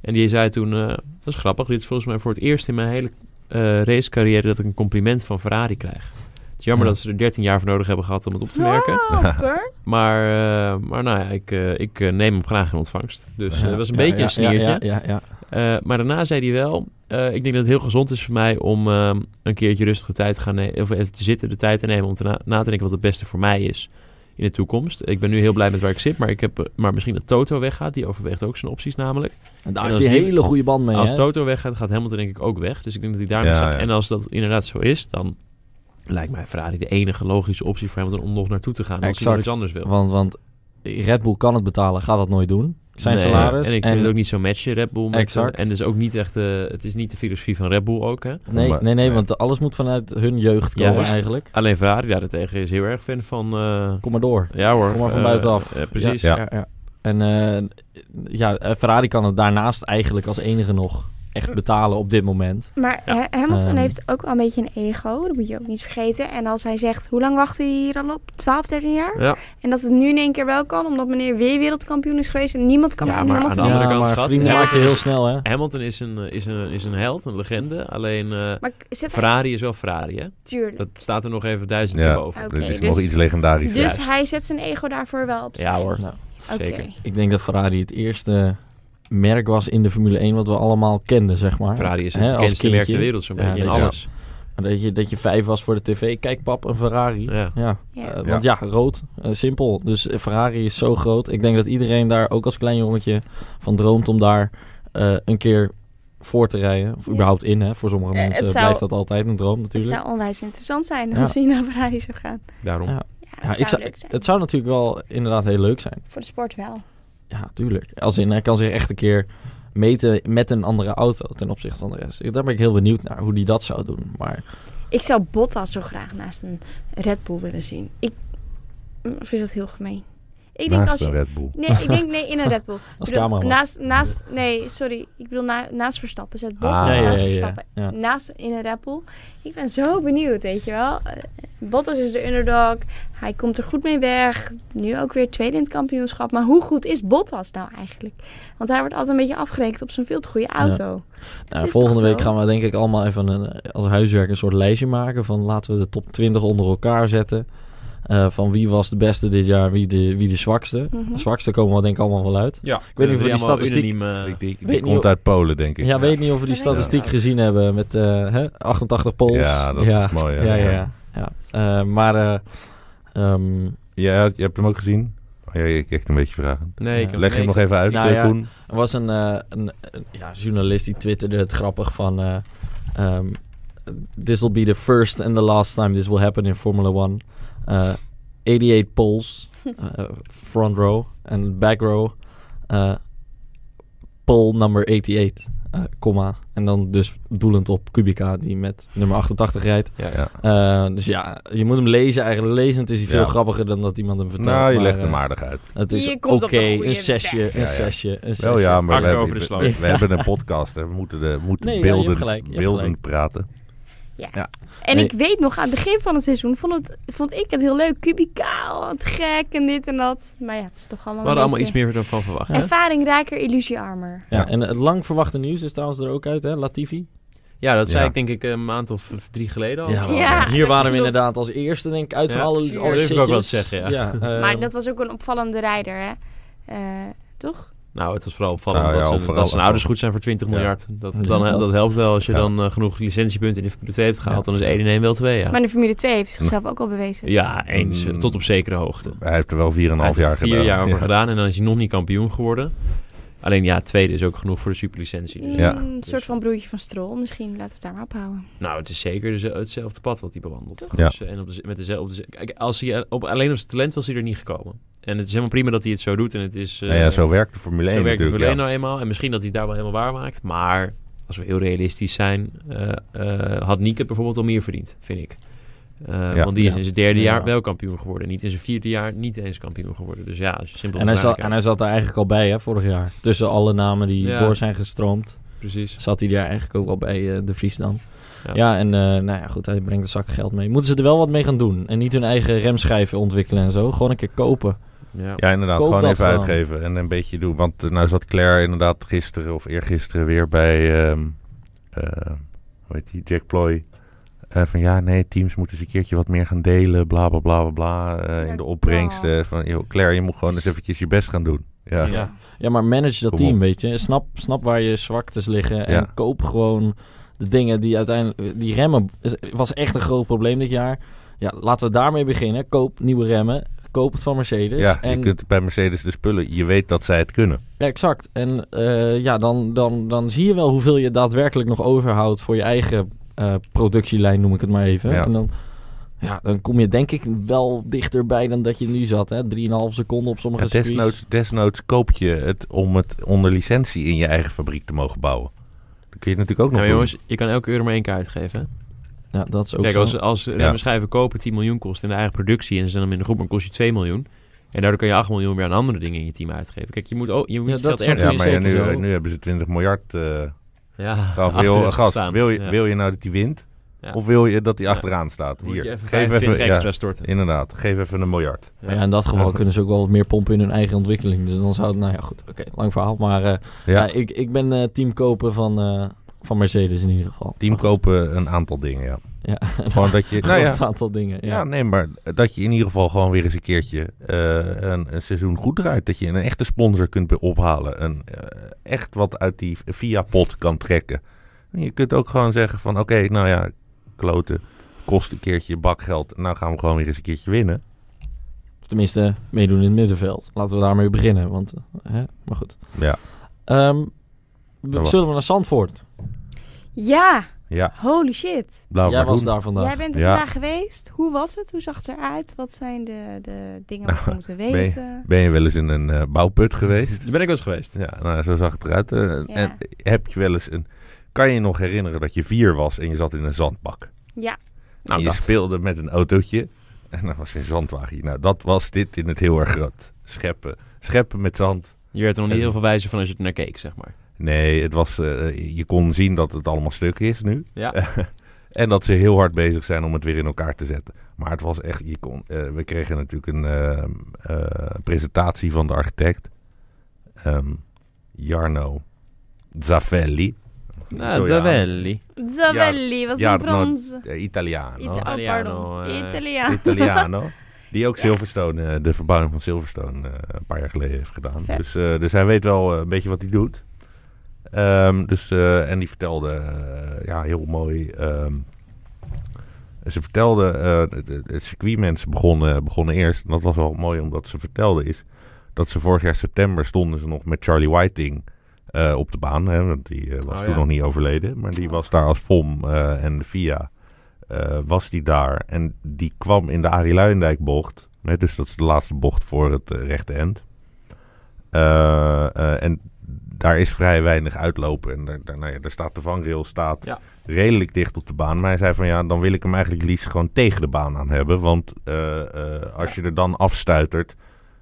A: En die zei toen, eh, dat is grappig, dit is volgens mij voor het eerst in mijn hele eh, racecarrière... dat ik een compliment van Ferrari krijg. Het is jammer
C: Ja.
A: dat ze er 13 jaar voor nodig hebben gehad om het op te merken.
B: Hopper.
A: Maar, eh, maar nou ja, ik, eh, ik eh, neem hem graag in ontvangst. Dus eh, dat was een
C: Ja,
A: beetje
C: ja,
A: een sniertje.
C: Ja, ja, ja, ja.
A: Eh, maar daarna zei hij wel... eh, ik denk dat het heel gezond is voor mij om ehm, een keertje rustige tijd te gaan nemen... of even te zitten, de tijd te nemen om te na, na te denken wat het beste voor mij is in de toekomst. Ik ben nu heel blij met waar ik zit, maar, ik heb, eh, maar misschien dat Toto weggaat. Die overweegt ook zijn opties namelijk.
C: En Daar
A: En als
C: heeft hij
A: die-
C: een hele goede band mee.
A: als
C: hè?
A: Toto weggaat, gaat Hamilton denk ik ook weg. Dus ik denk dat hij daarmee
D: Ja,
A: staat.
D: ja.
A: En als dat inderdaad zo is, dan lijkt mij Ferrari de enige logische optie voor Hamilton om nog naartoe te gaan. Als hij nog
C: Exact.
A: iets anders wil.
C: Want, want Red Bull kan het betalen, gaat dat nooit doen. Zijn
A: Nee,
C: salaris.
A: En ik vind het ook niet zo matchen, Red Bull. Met,
C: Exact.
A: En dus ook niet echt, eh, het is niet de filosofie van Red Bull ook. Hè?
C: Nee,
D: Maar-
C: nee, nee, want alles moet vanuit hun jeugd komen
A: Juist.
C: eigenlijk.
A: Alleen Ferrari daarentegen is heel erg fan van... eh,
C: Kom maar door.
A: ja hoor.
C: Kom maar van
A: eh,
C: buitenaf.
A: eh, precies.
D: Ja.
C: Ja. ja, ja. En eh, ja, eh, Ferrari kan het daarnaast eigenlijk als enige nog echt betalen op dit moment.
B: Maar eh, Hamilton
C: Ehm.
B: heeft ook wel een beetje een ego. Dat moet je ook niet vergeten. En als hij zegt, hoe lang wacht hij hier al op? 12, 13 jaar?
A: Ja.
B: En dat het nu in één keer wel kan, omdat meneer weer wereldkampioen is geweest. En niemand kan
A: Ja,
B: meer aan
A: maar
B: Hamilton
A: aan de
B: doen.
A: andere kant,
C: maar
A: schat,
C: vrienden
A: ja.
C: maak je heel snel, hè?
A: Hamilton is een, eh, is, een, is een held, een legende. Alleen eh,
B: Maar ik- zit hij
A: Ferrari is wel Ferrari. Hè?
B: natuurlijk.
A: Dat staat er nog even duizend
D: Ja.
A: keer boven.
B: Oké,
D: Dit is
B: dus-
D: nog iets legendarisch.
B: Dus
A: juist.
B: hij zet zijn ego daarvoor wel opzij.
A: Ja hoor.
C: Nou,
B: Oké.
A: zeker.
C: ik denk dat Ferrari het eerste merk was in de Formule 1 wat we allemaal kenden, zeg maar.
A: Ferrari is het
C: Hè, als
A: bekendste merk
C: kindje.
A: ter wereld, zo'n
C: Ja,
A: beetje in
D: dat is-
A: alles.
C: Maar Dat je, dat je vijf was voor de tv. Kijk pap, een Ferrari.
A: Ja.
C: Ja.
B: Ja.
C: Eh, want ja, rood. Eh, simpel. Dus eh, Ferrari is zo groot. Ik denk dat iedereen daar ook als klein jongetje van droomt om daar eh, een keer voor te rijden. Of
B: Ja.
C: überhaupt in, hè. Voor sommige
B: Eh, het
C: mensen
B: zou-
C: blijft dat altijd een
B: Het
C: droom natuurlijk.
B: zou onwijs interessant zijn
C: Ja.
B: als hij naar Ferrari zou gaan.
A: Daarom.
C: Ja.
B: Ja, het
C: Ja,
B: zou
C: ik zou,
B: leuk zijn.
C: het zou natuurlijk wel inderdaad heel leuk zijn.
B: Voor de sport wel.
C: Ja, tuurlijk. Als in, hij kan zich echt een keer meten met een andere auto ten opzichte van de rest. Ik- Daar ben ik heel benieuwd naar, hoe die dat zou doen. Maar
B: Ik zou Bottas zo graag naast een Red Bull willen zien. Ik, of is dat heel gemeen? Ik denk
D: naast
B: als
D: een
B: je,
D: Red Bull.
B: nee, ik denk nee in een Red Bull. Ik
C: als
B: bedoel,
C: cameraman...
B: Naast, naast, nee, sorry. Ik bedoel na, naast Verstappen. Zet Bottas naast
D: Ah. Ja, ja, ja,
C: ja.
B: Verstappen.
C: Ja.
B: Naast in een Red Bull. Ik ben zo benieuwd, weet je wel. Eh, Bottas is de underdog. Hij komt er goed mee weg. Nu ook weer tweede in het kampioenschap. Maar hoe goed is Bottas nou eigenlijk? Want hij wordt altijd een beetje afgerekend op zijn veel te goede auto.
C: Nou,
B: is
C: volgende
B: toch
C: week
B: zo?
C: gaan we denk ik allemaal even een, eh, als huiswerk een soort lijstje maken van laten we de top 20 onder elkaar zetten. Eh, van wie was de beste dit jaar, wie de, wie de zwakste.
B: Mhm.
C: De zwakste komen we denk ik allemaal wel uit.
A: Ja.
C: weet niet of we die
A: Allemaal
C: statistiek-
A: unaniem, eh,
D: Die, die
C: niet
D: komt
C: hoe-
D: uit Polen, denk ik.
C: ja, weet niet of we die
B: Dat weet ik
C: statistiek
B: niet.
C: gezien hebben met eh, hè, 88 polls.
D: Ja, dat is mooi,
C: Ja,
D: hè.
C: ja, ja. Eh, maar eh, ehm,
D: Ja, je hebt hem ook gezien? Oh, ja, je kijkt een beetje vragen.
A: Nee, ik heb
D: Leg hem
A: niks.
D: nog even uit,
C: Nou
D: eh,
C: ja.
D: Koen.
C: Er was een, eh, een, een- ja, journalist die twitterde het grappig van... eh, ehm, this will be the first and the last time this will happen in Formula One. Eh, 88 polls, eh, front row en back row. eh, poll number 88, eh, comma. En dan dus doelend op Kubica, die met nummer 88 rijdt.
A: Juist.
D: Ja.
C: Eh, dus ja, je moet hem lezen. Eigenlijk lezend is hij veel
D: Ja.
C: grappiger dan dat iemand hem vertelt.
D: Nou, je legt
C: eh,
D: hem aardig uit.
C: Het is
B: Je
C: oké,
B: komt op de goede
C: een zesje, een
D: Ja, ja.
C: zesje, een
D: Wel
C: zesje.
D: ja, maar we,
A: Hak
D: hebben,
A: over de
D: we-
A: sloot.
D: we hebben een podcast. Hè. We moeten, de, we moeten
C: Nee, ja, je hebt
D: beeldend,
C: gelijk, je hebt
D: beeldend
C: gelijk.
D: praten.
B: En
C: Nee.
B: ik weet nog, aan het begin van het seizoen vond, het, vond ik het heel leuk. Kubicaal, wat gek en dit en dat. Maar ja, het is toch allemaal
A: We hadden
B: een
A: allemaal iets
B: beetje
A: meer dan van verwacht.
C: meer-
B: Ervaringrijker, illusiearmer.
C: Ja,
D: Ja.
C: en het lang verwachte nieuws is trouwens er ook uit, hè? Latifi.
A: Ja, dat zei
D: Ja.
A: ik denk ik een maand of drie geleden al.
B: Ja. Ja.
C: hier waren we
B: klopt.
C: inderdaad als eerste, denk ik, uit van
A: Ja,
C: alle, alle
B: tuurlijk.
A: Durf ik ook
C: shitjes.
A: wel te zeggen, ja.
C: eh,
D: Ehm,
B: maar dat was ook een opvallende rijder, hè? Eh, toch?
A: Nou, het was vooral opvallend
D: Nou ja,
A: dat, ze,
D: overal
A: dat zijn
D: opvallend.
A: ouders goed zijn voor 20
D: Ja.
A: miljard. Dat,
C: Ja.
A: dan, dat helpt wel als je
D: Ja.
A: dan eh, genoeg licentiepunten in de Formule 2 hebt gehaald. Dan is 1 in 1 wel 2, ja.
B: Maar de Formule 2 heeft zichzelf ook al bewezen.
A: Ja, eens. eh,
D: Mm.
A: Tot op zekere hoogte.
D: Hij heeft er wel 4,5
A: Hij heeft er
D: jaar
A: vier
D: gedaan.
A: jaar over
D: Ja.
A: gedaan en dan is hij nog niet kampioen geworden. Alleen ja, tweede is ook genoeg voor de superlicentie. Dus,
B: Mm,
D: Ja.
B: Een soort van broertje van Strol. Misschien laten we het daar maar op houden.
A: Nou, het is zeker deze- hetzelfde pad wat hij bewandelt.
D: Ja.
A: Dus, eh, en op de, met dezelfde, op de- kijk, als hij, eh, op, alleen op zijn talent was hij er niet gekomen. En het is helemaal prima dat hij het zo doet. En het is, eh,
D: Nou ja, zo werkt de Formule 1
A: Zo werkt de
D: natuurlijk.
A: Formule 1
D: ja.
A: nou eenmaal. En misschien dat hij het daar wel helemaal waar maakt. Maar als we heel realistisch zijn, eh, eh, had Niek het bijvoorbeeld al meer verdiend, vind ik. Eh,
D: Ja.
A: Want die is
C: Ja.
A: in zijn derde
C: Ja.
A: jaar wel kampioen geworden. Niet in zijn vierde jaar niet eens kampioen geworden. Dus ja, als je simpel
C: en, hij zat,
A: bekijkt.
C: en hij zat daar eigenlijk al bij, hè, vorig jaar. Tussen alle namen die
A: Ja.
C: door zijn gestroomd,
A: Precies.
C: zat hij daar eigenlijk ook al bij eh, de Vries dan.
A: Ja.
C: Ja, en eh, nou ja, goed, hij brengt een zak geld mee. Moeten ze er wel wat mee gaan doen? En niet hun eigen remschijven ontwikkelen en zo. Gewoon een keer kopen.
A: Ja.
D: Ja, inderdaad.
C: Koop
D: gewoon
C: dat
D: even
C: gewoon.
D: uitgeven en een beetje doen. Want eh, nou zat Claire inderdaad gisteren of eergisteren weer bij ehm, eh, hoe heet die, Jack Ploy. Eh, van ja, nee, teams moeten eens een keertje wat meer gaan delen. Bla bla bla bla bla. eh,
B: Ja,
D: in de opbrengsten. Van joh, Claire, je moet gewoon eens eventjes je best gaan doen. Ja, ja.
C: Ja. Ja, maar manage dat
D: Kom
C: team,
D: op.
C: weet je. Snap, snap waar je zwaktes liggen. En
D: Ja.
C: koop gewoon de dingen die uiteindelijk... Die remmen is- was echt een groot probleem dit jaar. Ja, laten we daarmee beginnen. Koop nieuwe remmen. Koop het van Mercedes.
D: je
C: en,
D: kunt bij Mercedes de spullen. Je weet dat zij het kunnen.
C: ja exact. En eh, ja, dan, dan, dan zie je wel hoeveel je daadwerkelijk nog overhoudt... voor je eigen eh, productielijn, noem ik het maar even.
D: Ja.
C: En dan, ja, dan kom je denk ik wel dichterbij dan dat je nu zat. Hè? 3,5 seconden op sommige
D: Ja,
C: circuits.
D: desnoods, desnoods koop je het om het onder licentie in je eigen fabriek te mogen bouwen. Dat kun je natuurlijk ook nog
A: Ja, maar
D: doen.
A: jongens, je kan elke euro maar één keer uitgeven. hè?
C: Ja, dat is ook
A: Kijk,
C: zo.
A: als, als remmenschijven kopen 10 miljoen kost in de eigen productie en ze zijn hem in de groep, dan kost je 2 miljoen. En daardoor kan je 8 miljoen weer aan andere dingen in je team uitgeven. Kijk, je moet ook je moet
C: Ja,
A: het
C: dat
A: geld ergens
D: ja,
C: soort
A: in
D: maar ja,
A: steken.
C: zeker
D: nu, eh,
C: zo.
D: nu hebben ze 20 miljard eh
A: Ja,
D: Gaaf,
A: achter
D: wil,
A: hebben ze
D: gast,
A: staan.
D: wil, je,
A: Ja.
D: wil je nou dat hij wint?
A: Ja.
D: Of wil je dat hij
A: Ja.
D: achteraan staat?
A: Moet
D: Hier,
A: je even 25 extra
D: ja,
A: storten.
D: inderdaad, geef even een miljard.
C: Maar ja, in dat geval kunnen ze ook wel wat meer pompen in hun eigen ontwikkeling. Dus dan zou het, nou ja, goed, oké, lang verhaal. Maar eh, ja.
D: Ja,
C: ik, ik ben eh team kopen van, eh, van Mercedes in ieder geval.
D: team kopen een aantal dingen, ja.
C: Ja,
D: Gewoon dat je, nou
C: een
D: ja,
C: groot aantal dingen. Ja.
D: ja, nee, maar dat je in ieder geval gewoon weer eens een keertje eh, een, een seizoen goed draait. Dat je een echte sponsor kunt be- ophalen. Een, eh, echt wat uit die via-pot kan trekken. En je kunt ook gewoon zeggen van, oké, nou ja, kloten, kost een keertje je bakgeld. Nou gaan we gewoon weer eens een keertje winnen.
C: Tenminste, meedoen in het middenveld. Laten we daarmee beginnen, want, eh, hè? maar goed.
D: Ja. Nou,
C: Ehm, we,
D: wacht.
C: zullen we naar Zandvoort?
B: Ja,
D: Ja,
B: holy shit.
D: blauw
C: Jij was
D: groen.
C: daar vandaag.
B: Jij bent er
D: Ja.
B: vandaag geweest. Hoe was het? Hoe zag het eruit? Wat zijn de, de dingen
D: Nou,
B: wat we moeten
D: je-
B: weten?
D: Ben je wel eens in een eh, bouwput geweest?
A: Daar ben ik wel eens geweest.
D: Ja, nou, zo zag het eruit. eh, En heb je wel eens een. Kan je je nog herinneren dat je vier was en je zat in een zandbak?
B: Ja,
A: Nou,
D: en je
A: dat.
D: speelde met een autootje en dan was je een zandwagen. Nou, dat was dit in het heel erg groot. Scheppen. Scheppen met zand.
A: Je werd er nog niet heel veel wijzer van als je er naar keek, zeg maar.
D: Nee, het was, eh, je kon zien dat het allemaal stuk is nu.
A: Ja.
D: en dat ze heel hard bezig zijn om het weer in elkaar te zetten. Maar het was echt, je kon, eh, we kregen natuurlijk een ehm, eh, presentatie van de architect. Ehm, Jarno Zaffelli.
A: Nou, dat wel.
B: Zavelli was
D: ja,
B: een
D: dat nou-
B: Frans. Ita-
D: Eh, Italiano.
B: oh,
A: Italiano,
B: pardon.
A: eh,
B: Italiaan.
D: Italiano. Die ook Silverstone, eh, de verbouwing van Silverstone eh, een paar jaar geleden heeft gedaan.
B: Vet.
D: Dus, eh, dus hij weet wel eh, een beetje wat hij doet. Ehm, dus, eh, en die vertelde, eh, ja, heel mooi. ehm, ze vertelde, eh, het- het- het circuitmensen begonnen, begonnen eerst. En dat was wel mooi omdat ze vertelde is dat ze vorig jaar september stonden ze nog met Charlie Whiting eh, op de baan. Hè, want die eh, was
A: Oh,
D: toen
A: ja.
D: nog niet overleden. Maar die was daar als FOM eh, en de FIA eh, was die daar. En die kwam in de Arie Luijendijk bocht. Hè, dus dat is de laatste bocht voor het eh, rechte end. Eh, eh, en daar is vrij weinig uitlopen. En daar, daar, nou ja, daar staat de vangrail staat
A: Ja.
D: redelijk dicht op de baan. Maar hij zei van ja, dan wil ik hem eigenlijk liefst gewoon tegen de baan aan hebben. Want eh, eh, als je er dan afstuitert,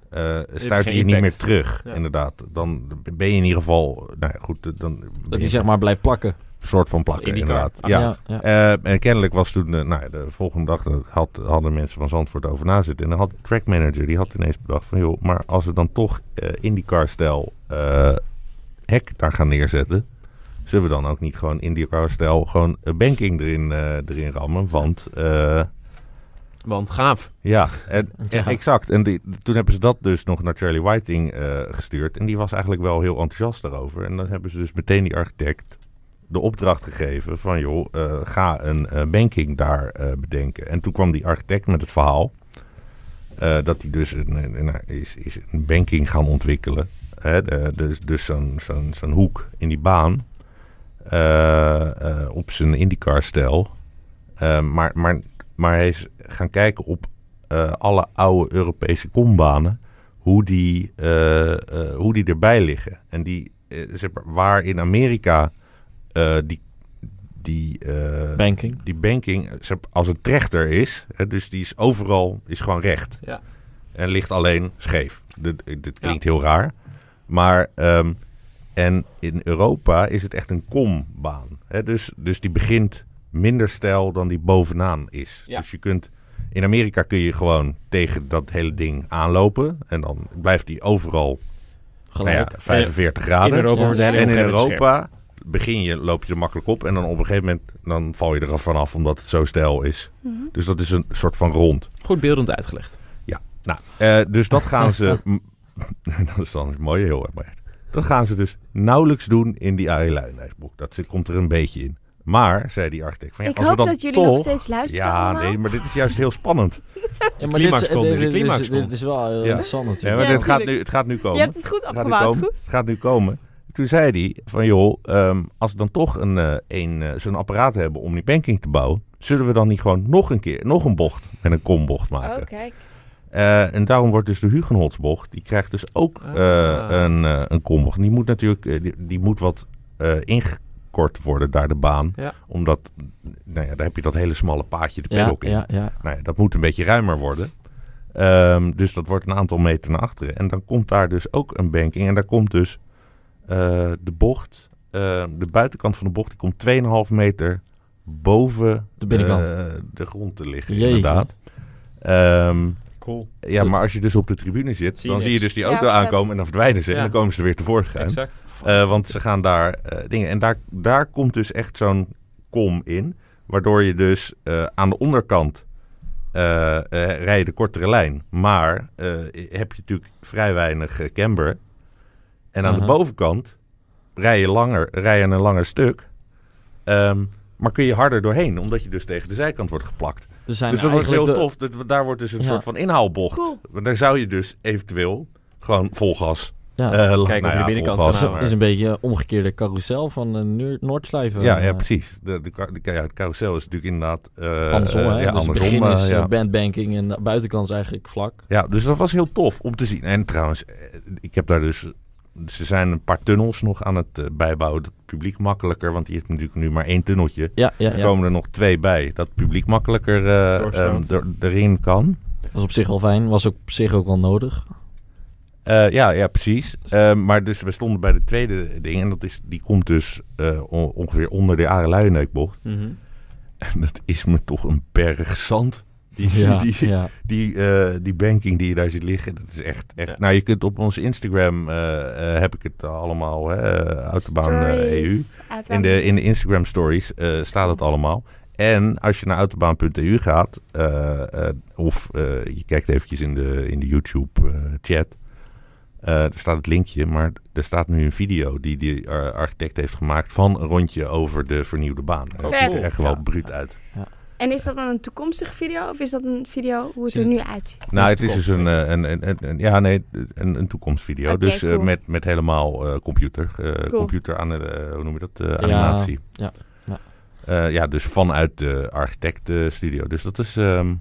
D: eh stuit
A: geen
D: hij je niet
A: impact.
D: meer terug.
A: Ja.
D: Inderdaad. Dan ben je in ieder geval, nou ja, goed, dan ben
C: Dat
D: je
C: hij zeg maar blijft plakken.
D: een soort van plakken.
A: In die car.
D: inderdaad.
A: Ah,
D: ja.
C: ja, ja.
D: Eh, en kennelijk was toen, eh, nou ja, de volgende dag eh, had, hadden mensen van Zandvoort over na zitten. En dan had de trackmanager, die had ineens bedacht van, joh, maar als we dan toch eh IndyCar-stijl eh, hek daar gaan neerzetten, zullen we dan ook niet gewoon IndyCar-stijl gewoon een banking erin, eh, erin rammen? Want, eh,
A: Want gaaf.
D: ja, en,
C: Ja.
D: en exact. En die, toen hebben ze dat dus nog naar Charlie Whiting eh, gestuurd. En die was eigenlijk wel heel enthousiast daarover. En dan hebben ze dus meteen die architect de opdracht gegeven van... joh, eh, ga een eh, banking daar eh, bedenken. En toen kwam die architect met het verhaal... eh, dat hij dus een, een- een- is, is een banking gaan ontwikkelen. Hè, de- dus dus zo'n zo'n zo'n hoek in die baan... eh, eh, op zijn IndyCar-stijl. Eh, maar, maar, maar hij is gaan kijken op eh, alle oude Europese kombanen, hoe die, eh, eh, hoe die erbij liggen. En die, eh, zeg maar, waar in Amerika eh, die, die, eh,
C: Banking.
D: die banking eh, zeg maar, als een trechter is, hè, dus die is overal is gewoon recht.
A: Ja.
D: En ligt alleen scheef. Dit, dit klinkt heel raar. Maar ehm, en in Europa is het echt een kombaan. Hè? Dus, dus die begint minder stijl dan die bovenaan is.
C: Ja.
D: Dus je kunt... In Amerika kun je gewoon tegen dat hele ding aanlopen. En dan blijft die overal nou
C: Gelijk.
D: ja, 45 graden.
A: In Europa wordt de hele
D: En in
A: omgeving scherp.
D: Europa begin je, loop je er makkelijk op. En dan op een gegeven moment dan val je er vanaf omdat het zo stijl is.
B: Mhm.
D: Dus dat is een soort van rond.
A: Goed beeldend uitgelegd.
D: Nou, eh, dus dat gaan ze. m- dat is dan mooi, heel erg. maar echt. Dat gaan ze dus nauwelijks doen in die E ALI-lijstboek. Dat zit, komt er een beetje in. Maar, zei die architect, van, ja,
B: ik
D: als we
B: hoop
D: dan
B: dat jullie
D: toch...
B: nog steeds luisteren.
D: ja,
B: allemaal.
D: nee, maar dit is juist heel spannend.
C: Ja,
A: De climax
C: dit, is-
A: komt nu, de
C: dit, dit
A: climax
C: is, dit
A: komt.
C: is wel heel
D: Ja.
C: interessant
D: Ja,
C: natuurlijk.
D: maar
B: Ja,
D: dit gaat
B: natuurlijk.
D: nu, het gaat nu komen.
B: Je hebt het goed
D: Het gaat nu
B: afgebouwd.
D: komen.
B: Goed.
D: Het gaat nu komen. Toen zei hij van joh, ehm, als we dan toch een, eh, een, eh, zo'n apparaat hebben om die banking te bouwen, zullen we dan niet gewoon nog een keer, nog een bocht en een kombocht maken?
B: Oh, kijk.
D: Eh, en daarom wordt dus de Hugenholzbocht, die krijgt dus ook eh,
A: Ah.
D: een, eh, een kombocht. Die moet natuurlijk, eh, die, die moet wat eh, ingekort worden daar de baan.
A: Ja.
D: Omdat, nou ja, daar heb je dat hele smalle paadje de
C: Ja,
D: paddock in.
C: ja, ja.
D: Nou ja, dat moet een beetje ruimer worden. Ehm, dus dat wordt een aantal meter naar achteren. En dan komt daar dus ook een banking. En daar komt dus eh, de bocht, eh, de buitenkant van de bocht, die komt 2,5 meter boven
C: De binnenkant.
D: eh, de grond te liggen.
C: Jeetje.
D: Inderdaad. Ehm,
A: Cool.
D: ja,
C: De-
D: maar als je dus op de tribune zit,
A: Zie je
D: dan zie je
A: niks.
D: dus die
B: Ja,
D: auto
B: dat is vet.
D: aankomen en dan verdwijnen ze.
A: Ja.
D: En dan komen ze weer tevoorschijn.
A: Exact.
D: Eh, want ze gaan daar eh, dingen. En daar, daar komt dus echt zo'n kom in. Waardoor je dus eh, aan de onderkant eh, eh, rij je de kortere lijn. Maar eh, heb je natuurlijk vrij weinig eh, camber. En aan
C: Aha.
D: de bovenkant rij je, langer, rij je een langer stuk. Ehm, maar kun je harder doorheen, omdat je dus tegen de zijkant wordt geplakt.
C: Er zijn
D: dus dat wordt
C: eigenlijk
D: heel
C: de-
D: tof. Dat, daar wordt dus een
C: Ja.
D: soort van inhaalbocht.
B: Cool.
D: Want Daar zou je dus eventueel gewoon vol gas.
C: Ja.
D: eh, la-
A: of je de
D: vol
A: binnenkant
D: gas,
A: kan
C: Zo-
A: halen.
D: maar-
C: is een beetje een omgekeerde carousel van een Noordslijven.
D: Ja, ja
C: Eh,
D: precies. De, de, ka- de, ja, het carousel is natuurlijk inderdaad... eh,
C: andersom,
D: eh,
C: hè?
D: Ja,
C: dus het
D: andersom.
C: begin is
D: eh,
C: eh,
D: ja.
C: bandbanking en de buitenkant is eigenlijk vlak.
D: ja, dus dat was heel tof om te zien. En trouwens, eh, ik heb daar dus... Ze zijn een paar tunnels nog aan het eh, bijbouwen. Dat publiek makkelijker, want die heeft natuurlijk nu maar één tunneltje.
C: Ja, ja,
D: Er
C: ja.
D: komen er nog twee bij. Dat het publiek makkelijker eh,
A: Doorstroomt.
D: eh, er- erin kan.
C: dat is op zich wel fijn. Was ook op zich ook wel nodig.
D: Eh, ja, ja, precies. Eh, maar dus we stonden bij de tweede ding. En dat is, die komt dus eh, on- ongeveer onder de Areluienheukbocht.
A: Mhm.
D: En dat is me toch een berg zand. Die,
C: Ja,
D: die,
C: ja.
D: Die, eh, die banking die je daar ziet liggen, dat is echt... echt
A: Ja.
D: Nou, je kunt op onze Instagram, eh, eh, heb ik het allemaal, hè, eh, Autobaan eh, EU.
B: Stories.
D: In
B: Uiteraard.
D: de, in de Instagram stories eh, staat het allemaal. En als je naar autobaan.eu gaat, eh, eh, of eh, je kijkt eventjes in de, in de YouTube eh, chat, eh, daar staat het linkje, maar er staat nu een video die de architect heeft gemaakt van een rondje over de vernieuwde baan. En dat
B: Vet.
D: ziet er echt wel
C: Ja.
D: bruut uit.
B: En is dat dan een toekomstige video of is dat een video hoe het
A: Zie-
B: er nu uitziet?
D: Nou, het
A: Eerste
D: is dus een, eh, een, een, een, een- ja, nee, een, een toekomstvideo.
B: Oké,
D: dus eh,
B: cool.
D: met, met helemaal eh, computer. eh,
B: Cool.
D: Computer aan hoe noem je dat? eh, animatie.
C: ja, ja.
D: Eh, ja, dus vanuit de architectenstudio. Dus dat is. ehm,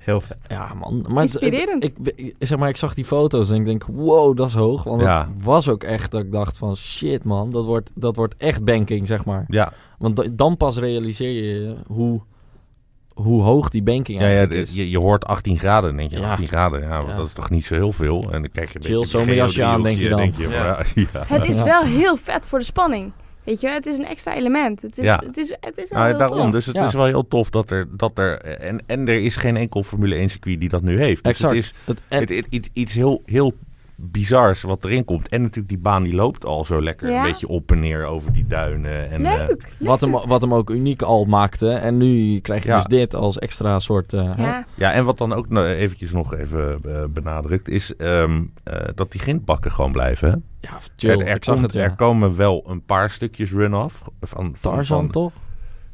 A: Heel vet.
C: Ja, man. Maar het-
B: Inspirerend.
C: ik, ik- zeg maar, ik zag die foto's en ik denk, wow, dat is hoog. Want
D: Ja.
C: het was ook echt dat ik dacht van, shit man, dat wordt, dat wordt echt banking, zeg maar.
D: ja,
C: Want da- dan pas realiseer je hoe, hoe hoog die banking
D: ja, ja,
C: eigenlijk
D: de-
C: is.
D: je, dus je hoort 18 graden. Dan denk je,
C: Ja.
D: 18 graden. Ja, want
C: Ja.
D: dat is toch niet zo heel veel. En dan kijk je een
C: Chill,
D: beetje op die
C: zomerjasje aan, denk je dan.
D: geodriehoekje,
A: Ja.
D: maar ja, ja.
B: Het is
C: Ja.
B: wel heel vet voor de spanning. Weet je, wel? het is een extra element. Het is,
D: Ja.
B: het is, het is wel
D: Nou,
B: heel
D: daarom.
B: tof.
D: Dus het
C: Ja.
D: is wel heel tof dat er. Dat er en, en er is geen enkel Formule 1 circuit die dat nu heeft. Dus
C: Exact.
D: het is
C: Dat, en-
D: Het, het- iets, iets heel, heel bizars wat erin komt. En natuurlijk die baan die loopt al zo lekker.
B: Ja.
D: Een beetje op en neer over die duinen. En, eh,
B: Leuk.
C: wat, hem, wat hem ook uniek al maakte. En nu krijg je
D: Ja.
C: dus dit als extra soort... eh, hè?
B: Ja,
D: ja, en wat dan ook nou, eventjes nog even eh, benadrukt is ehm, eh, dat die grindbakken gewoon blijven. hè.
C: ja, chill.
D: er, er
C: ik zag
D: komt-
C: het, ja.
D: er komen wel een paar stukjes run-off. Van, van,
C: Tarzan,
D: van,
C: toch?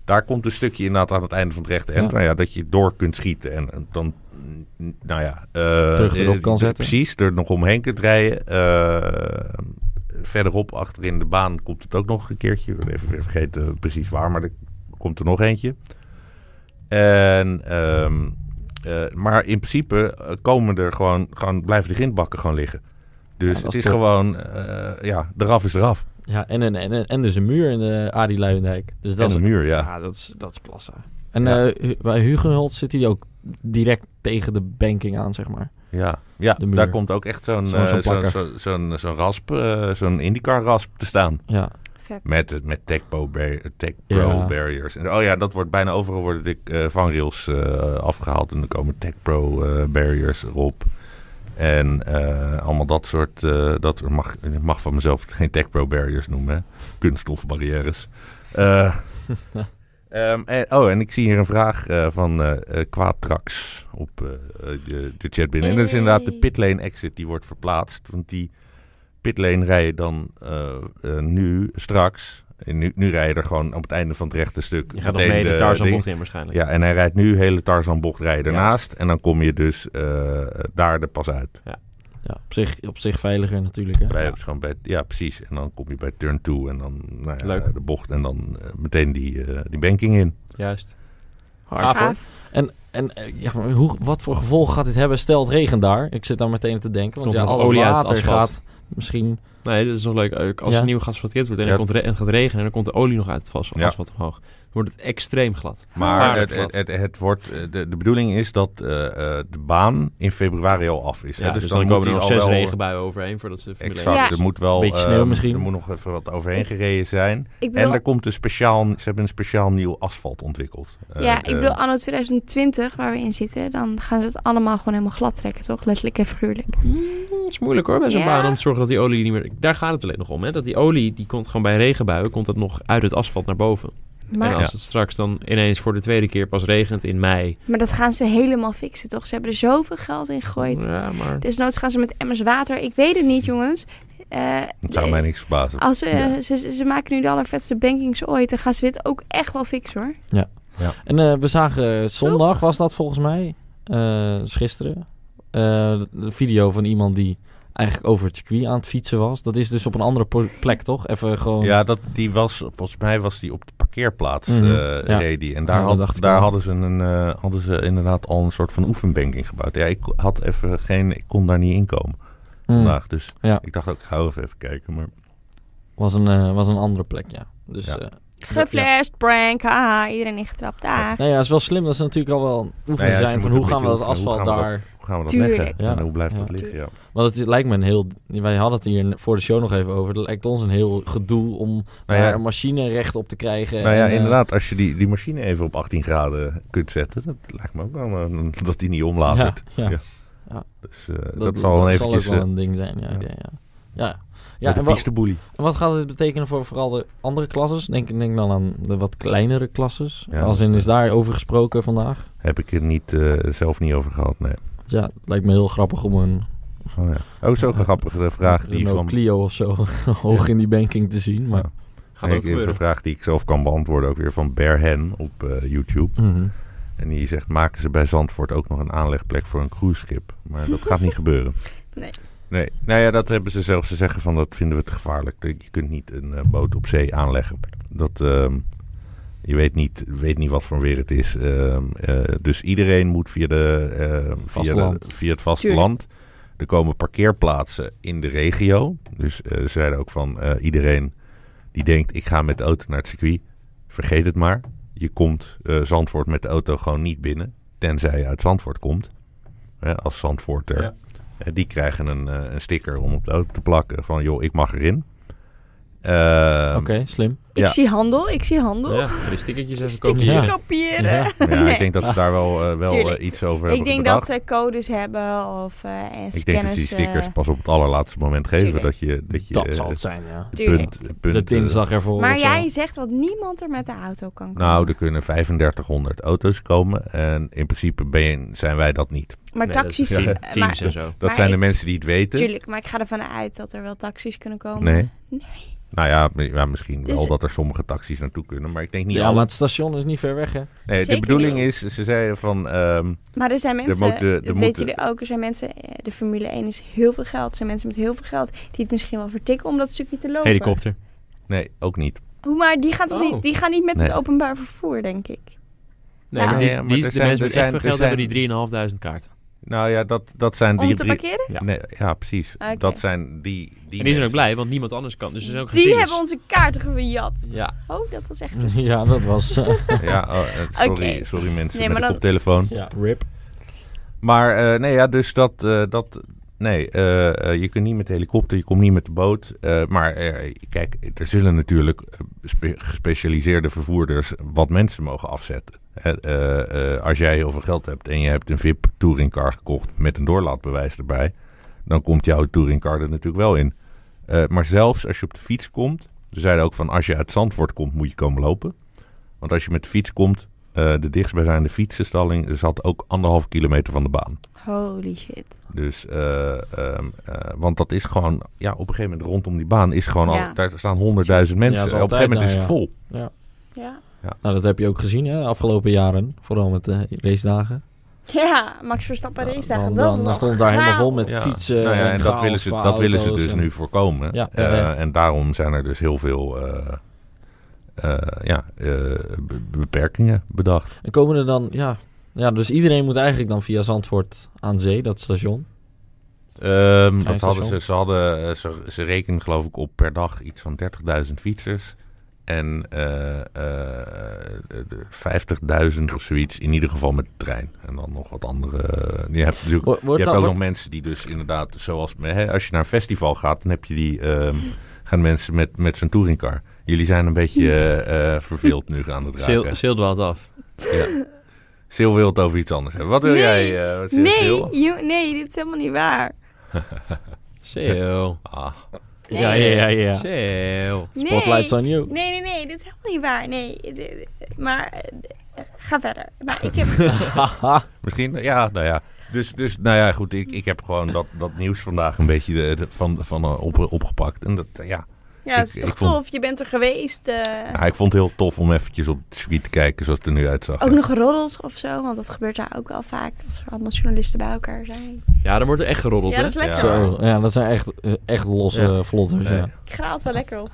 D: daar komt een stukje inderdaad aan het einde van het rechte end.
C: Ja.
D: Nou ja, dat je door kunt schieten en en dan, mm, nou ja... eh,
C: Terug erop
D: eh,
C: kan
D: d-
C: zetten.
D: Precies, er nog omheen kunt rijden. Eh, verderop, achterin de baan, komt het ook nog een keertje. Ik ben even weer vergeten precies waar, maar er komt er nog eentje. En, ehm, eh, maar in principe eh, komen er gewoon, gewoon blijven de grindbakken gewoon liggen. Dus
C: dat
D: het
C: is
D: is
C: top.
D: gewoon, eh, ja, de raf is eraf.
C: Ja, en, en, en, en dus een muur in de Arie Luijendijk. Dus
D: En
C: dat
D: de
C: is,
D: muur, ja.
C: ja, dat is, dat is klasse. En
D: Ja.
C: eh, Hu- bij Hugenholt zit hij ook direct tegen de banking aan, zeg maar.
D: Ja, ja
C: De muur.
D: daar komt ook echt zo'n
C: Zo'n-
D: eh,
C: zo'n
D: zo'n
C: plakker.
D: zo'n zo'n zo'n rasp, eh, zo'n IndyCar rasp te staan.
C: Ja,
B: vet.
D: Met, het- met tech pro, bar- tech
C: Ja.
D: pro barriers. En, oh ja, dat wordt bijna overal worden dik, eh, van rails eh, afgehaald. En dan komen tech pro eh, barriers erop. En eh, allemaal dat soort... eh, dat er mag, ik mag van mezelf geen tech pro barriers noemen. Hè? Kunststofbarrières. Eh, ehm, en- oh, en ik zie hier een vraag eh, van eh eh, Quaatrax op eh, eh, de, de chat binnen. En dat is inderdaad de
B: Hey.
D: pitlane exit die wordt verplaatst. Want die pitlane rij je dan eh, eh, nu, straks. En nu, nu rij je er gewoon op het einde van het rechte stuk.
A: Je gaat nog
D: meteen
A: mee de Tarzan
D: ding.
A: bocht in waarschijnlijk.
D: Ja, en hij rijdt nu hele Tarzanbocht rijden
A: Juist.
D: ernaast. En dan kom je dus eh, daar er pas uit.
C: Ja, op zich, op zich veiliger natuurlijk. Hè?
D: Wij hebben ze gewoon bij, ja, precies. En dan kom je bij turn 2 en dan nou ja,
A: Leuk.
D: de bocht en dan eh, meteen die, eh, die banking in.
A: Juist.
C: Hard.
A: Gaaf, hoor.
B: Gaaf.
C: En eh, ja, maar hoe, wat voor gevolgen gaat dit hebben? Stel het regent daar. Ik zit daar meteen te denken. Want
A: Komt
C: ja,
A: er
C: al het
A: olie uit het
C: water
A: asfalt?
C: gaat misschien...
A: Nee, dat is nog leuk. Ook Als
C: Ja.
A: er nieuw geasfalteerd wordt en
D: Ja.
A: er komt re- en het gaat regenen... en dan komt de olie nog uit het vast-
D: Ja.
A: asfalt omhoog. Dan wordt het extreem glad.
D: Maar
A: Gevaarlijk
D: het, het,
A: glad.
D: het, het wordt, eh, de, de bedoeling is dat eh, eh, de baan in februari al af is.
A: Ja,
D: hè?
A: dus, dan,
D: moet
A: komen er
D: die
A: nog
D: al
A: zes
D: wel-
A: regenbuien overheen voordat ze Formule één-
D: Exact,
B: Ja.
D: er moet wel...
C: Beetje sneeuw
D: eh,
C: misschien.
D: Er moet nog even wat overheen gereden zijn.
B: Ik
D: En
B: bedoel,
D: er komt een speciaal, ze hebben een speciaal nieuw asfalt ontwikkeld. Eh,
B: ja,
D: de-
B: ik bedoel, anno 2020, waar we in zitten, dan gaan ze het allemaal gewoon helemaal glad trekken, toch? Letterlijk en figuurlijk.
A: Mm, het is moeilijk hoor, bij zo'n
B: Ja.
A: baan om te zorgen dat die olie niet meer... Daar gaat het alleen nog om, hè. Dat die olie, die komt gewoon bij regenbuien... komt dat nog uit het asfalt naar boven.
B: Maar,
A: En als het straks dan ineens voor de tweede keer pas regent in mei...
B: maar dat gaan ze helemaal fixen, toch? Ze hebben er zoveel geld in gegooid.
A: Ja, maar...
B: Desnoods gaan ze met emmers water. Ik weet het niet, jongens. Eh,
D: Het zou mij niks verbazen.
B: als ze,
D: Ja.
B: ze, ze- ze maken nu de allervetste bankings ooit. Dan gaan ze dit ook echt wel fixen, hoor.
C: En eh, we zagen eh, zondag, was dat volgens mij, eh dus gisteren, eh, een video van iemand die eigenlijk over het circuit aan het fietsen was. Dat is dus op een andere po- plek, toch? Even
B: Oh.
C: gewoon...
D: Ja, dat, die was, volgens mij was die op de parkeerplaats eh
C: Mhm, ja.
D: reed die. En daar,
C: Ja, dat
D: had-
C: dacht ik
D: daar
C: wel.
D: hadden, ze een, eh, hadden ze inderdaad al een soort van oefenbanking gebouwd. Ja, ik had even geen, ik kon daar niet inkomen
C: Mm,
D: vandaag. Dus
C: Ja.
D: ik dacht ook, ik ga even, even kijken. Maar
C: was, een, eh, was een andere plek, ja. Dus,
D: Ja.
C: eh,
B: Geflasht, prank, haha, iedereen ingetrapt. Ah, Daar.
C: nou ja, het is wel slim dat ze natuurlijk al wel een
D: Nou
C: oefening
D: ja, ze
C: zijn van
D: moeten
C: hoe
D: een
C: gaan we dat
D: beetje oefenen,
C: asfalt
D: hoe gaan we
C: daar...
D: hoe gaan we dat
B: Tuurlijk.
D: leggen?
C: Ja.
D: En hoe blijft
C: Ja.
D: dat liggen? Ja.
C: Want het lijkt me een heel... Wij hadden het hier voor de show nog even over. Het lijkt ons een heel gedoe om
D: Nou
C: daar
D: ja,
C: een machine recht op te krijgen.
D: nou
C: en,
D: ja,
C: eh,
D: inderdaad. Als je die, die machine even op 18 graden kunt zetten, dat lijkt me ook wel eh, dat die niet omlazert.
C: Ja, ja.
D: Ja. Dus eh, dat,
C: Dat,
D: zal wel
C: dat
D: eventjes...
C: zal ook
D: eh,
C: wel een ding zijn, ja. Ja,
D: ja.
C: ja. ja.
D: met
C: ja
D: de
C: en wat,
D: pisteboelie.
C: en wat gaat dit betekenen voor vooral de andere klasses? Denk, denk dan aan de wat kleinere klasses.
D: Ja,
C: Als in
D: dat-
C: is daar over gesproken vandaag. Dus
D: Heb ik er niet, eh, zelf niet over gehad, nee.
C: Ja, het lijkt me heel grappig om een
D: Oh, ja. oh zo'n grappige vraag die
C: Renault
D: van...
C: Clio of zo hoog in die banking te zien. Maar,
A: Gaat
D: Ik
A: ook
D: heb een
A: gebeuren.
D: vraag die ik zelf kan beantwoorden, ook weer van Bear Hen op eh, YouTube.
C: Mhm.
D: En die zegt, maken ze bij Zandvoort ook nog een aanlegplek voor een cruiseschip? Maar dat gaat niet gebeuren.
B: Nee.
D: Nee, nou ja, dat hebben ze zelfs. Ze zeggen van, dat vinden we te gevaarlijk. Je kunt niet een eh, boot op zee aanleggen. Dat, ehm, je weet niet, weet niet wat voor weer het is. Ehm, eh, dus iedereen moet via, de, eh, via, de,
C: Vasteland.
D: via het vasteland. Er komen parkeerplaatsen in de regio. Dus eh, ze zeiden ook van eh, iedereen die denkt ik ga met de auto naar het circuit. Vergeet het maar. Je komt eh, Zandvoort met de auto gewoon niet binnen. Tenzij je uit Zandvoort komt. Hè, als Zandvoorter.
A: Ja.
D: Eh, die krijgen een, eh, een sticker om op de auto te plakken. Van joh, ik mag erin. Ehm,
C: Oké, slim.
B: Ik
D: Ja.
B: zie handel, ik zie handel.
A: Ja, er is stickertjes even kopen.
B: Stukjes
C: Ja.
B: kopiëren.
C: Ja.
D: Ja,
B: Nee.
D: ik denk dat ze daar wel, eh, wel
B: Tuurlijk.
D: eh, iets over
B: Ik
D: hebben
B: denk
D: bedacht.
B: dat ze codes hebben of eh, en
D: ik denk dat
B: scanners,
D: ze die stickers
B: eh,
D: pas op het allerlaatste moment geven.
B: tuurlijk.
D: Dat je, dat je
C: dat
D: eh,
C: zal het zijn, ja.
D: het
B: Tuurlijk.
D: punt, het punt,
C: De
D: eh,
C: dinsdag ervoor
B: maar
C: of zo.
B: jij zegt dat niemand er met de auto kan komen.
D: nou, er kunnen 3500 auto's komen. En in principe ben je- zijn wij dat niet.
B: maar taxis...
D: ja,
B: eh,
A: teams
B: maar,
A: en zo.
D: Dat
B: Maar
D: zijn de
B: ik-
D: mensen die het weten.
B: tuurlijk, maar ik ga ervan uit dat er wel taxis kunnen komen.
D: Nee. Nou ja, m- ja, misschien
B: Dus-
D: wel dat er sommige taxis naartoe kunnen. Maar ik denk niet
C: Ja,
D: alle.
C: maar het station is niet ver weg, hè?
D: nee, de
B: zeker
D: bedoeling
B: niet.
D: is, ze zeiden van... ehm,
B: Maar er zijn mensen,
D: moeten- er
B: dat
D: moeten-
B: weten jullie ook, er zijn mensen, eh, de Formule 1 is heel veel geld. Er zijn mensen met heel veel geld die het misschien wel vertikken om dat stukje te lopen.
A: Helikopter.
D: nee, ook niet.
B: Hoe, maar die gaan, toch
A: Oh.
B: niet, die gaan niet met
D: Nee.
B: het openbaar vervoer, denk ik.
A: Nee,
B: Ja.
A: maar die,
D: Nee, maar
A: die-
D: er
A: de mensen
D: zijn- er
A: met echt
D: zijn-
A: veel
D: er
A: geld hebben
D: zijn-
A: die 3.500 kaart.
D: Nou ja, dat, dat zijn
B: Om
D: die...
B: te
D: drie-
B: parkeren? Ah,
A: Ja.
D: Nee, ja, precies.
B: Oké.
D: Dat zijn die... die
A: en die zijn ook
D: mensen.
A: blij, want niemand anders kan. Dus er
C: Oh,
A: zijn ook geen
B: Die
A: files.
B: hebben onze kaarten gejat.
A: Ja,
B: Oh, dat was echt frustrerend.
C: ja, dat was... eh,
D: Ja, oh, eh, sorry,
B: Oké.
D: sorry mensen
B: Nee,
D: met
B: maar
D: de
B: dan-
D: koptelefoon.
C: ja, rip.
D: Maar eh, nee, ja, dus dat, eh, dat, Nee, eh, eh, je kunt niet met de helikopter, je komt niet met de boot. eh, maar eh, kijk, er zullen natuurlijk eh, spe- gespecialiseerde vervoerders wat mensen mogen afzetten. Hè, eh, eh, als jij heel veel geld hebt en je hebt een VIP touringcar gekocht met een doorlaatbewijs erbij, dan komt jouw touringcar er natuurlijk wel in. Eh, maar zelfs als je op de fiets komt, ze zeiden ook van als je uit Zandvoort komt, moet je komen lopen. Want als je met de fiets komt, eh, de dichtstbijzijnde fietsenstalling zat ook anderhalf kilometer van de baan.
B: Holy shit.
D: Dus, eh, ehm, eh, want dat is gewoon, ja, op een gegeven moment rondom die baan is gewoon
B: Ja.
D: al, daar staan honderdduizend
C: Ja,
D: mensen.
C: is
D: op een gegeven moment is het
C: altijd,
D: vol.
B: Ja.
C: Nou, dat heb je ook gezien hè, de afgelopen jaren. Vooral met de race dagen.
B: Ja, Max Verstappen race daar
C: dan,
B: gaat wel
C: dan, dan
B: nog.
C: stond het daar helemaal vol
B: Wauw.
C: met fietsen.
D: Nou ja, en dat
C: chaos
D: willen ze,
C: qua
D: dat willen ze
C: auto's
D: dus
C: en-
D: nu voorkomen.
C: Ja,
D: Eh,
C: ja, ja.
D: En daarom zijn er dus heel veel eh, eh, ja, eh, be- beperkingen bedacht.
C: En komen er dan, ja, ja, dus iedereen moet eigenlijk dan via Zandvoort aan zee, dat station.
D: Ehm, dat
C: Treinstation.
D: hadden ze, ze, hadden, eh, ze, ze rekenen geloof ik op per dag iets van 30.000 fietsers. En eh, eh, de 50.000 of zoiets, in ieder geval met de trein. En dan nog wat andere. eh, Je hebt natuurlijk
C: Wordt wordt
D: je
C: dan, wordt-
D: hebt ook nog mensen die dus inderdaad, zoals hè, als je naar een festival gaat, dan heb je die, ehm, gaan mensen met, met zijn touringcar. Jullie zijn een beetje eh, eh, verveeld nu aan het
A: Sil
D: raken.
A: Sil dwaalt af.
D: Ja. Sil wil het over iets anders hebben. Wat wil
B: Nee.
D: jij, eh, wat zegt
B: Nee,
D: Sil?
B: je- nee, dit is helemaal niet waar.
A: Sil.
D: Ah,
C: Ja, ja, ja, ja.
A: Sil.
B: Nee.
C: Spotlights on you.
B: Nee, nee, nee, dit is helemaal niet waar. Nee, d- d- maar eh, ga verder. Maar ik heb...
C: Haha.
D: misschien, ja, nou ja. Dus, dus nou ja, goed, ik, ik heb gewoon dat, dat nieuws vandaag een beetje de, de- van, van eh, op, opgepakt. En dat, eh, ja.
B: Ja, het is
D: Ik-
B: toch
D: ik vond-
B: tof? Je bent er geweest. eh,
D: ja, ik vond het heel tof om eventjes op het circuit te kijken zoals het er nu uitzag.
B: Ook nog roddels of zo, want dat gebeurt daar ook wel vaak als er allemaal journalisten bij elkaar zijn.
A: Ja, dan wordt er echt geroddeld,
B: Ja,
A: hè?
B: dat is lekker.
C: Zo, ja, dat zijn echt, eh, echt losse
A: Ja.
C: eh, vlotters,
D: Nee.
C: ja.
B: Ik ga altijd wel lekker op.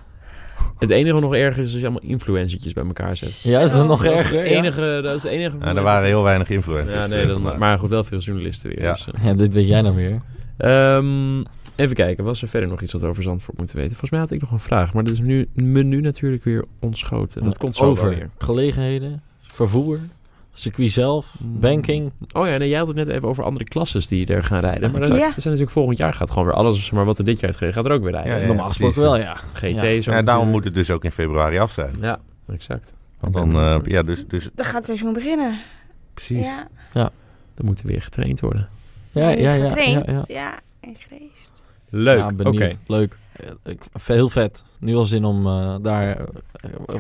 A: Het enige wat nog erger is als je allemaal influencertjes bij elkaar zet.
C: Ja, is dat
B: Zo.
C: nog
A: Dat is het
C: erger? Ja.
A: enige... Dat is het enige
D: En Eh, er waren heel weinig influencers.
A: Ja, nee,
D: eh,
A: dan-
D: vandaag.
A: maar goed, wel veel journalisten weer.
D: Ja.
A: dus, eh.
C: Ja, dit weet jij nou weer.
A: Ehm, even kijken, was er verder nog iets wat we over Zandvoort moeten weten? Volgens mij had ik nog een vraag, maar dat is nu, me nu natuurlijk weer ontschoten. Dat komt zo wel weer.
C: Over gelegenheden, vervoer, circuit zelf,
A: Mm.
C: banking.
A: Oh ja, nee, jij had het net even over andere klasses die er gaan rijden. Maar dat,
B: Ja.
A: dat zijn natuurlijk volgend jaar gaat gewoon weer alles, zeg maar wat er dit jaar heeft gereden, gaat er ook weer rijden.
D: Ja, ja,
C: Normaal gesproken
D: precies,
C: wel, ja.
A: GT
C: Ja.
A: zo.
D: Ja, daarom
A: natuurlijk.
D: moet het dus ook in februari af zijn.
A: Ja, exact.
D: Want dan, eh, ja, dus, dus
B: Dan gaat het seizoen beginnen.
D: precies.
B: Ja,
A: Dan moet er weer getraind worden.
C: Ja, ja, ja. ja,
B: getraind.
C: ja.
B: en gereest.
A: Leuk,
C: Ja,
A: oké.
C: benieuwd. Leuk. Eh, ik- Heel vet. Nu al zin om eh, daar eh,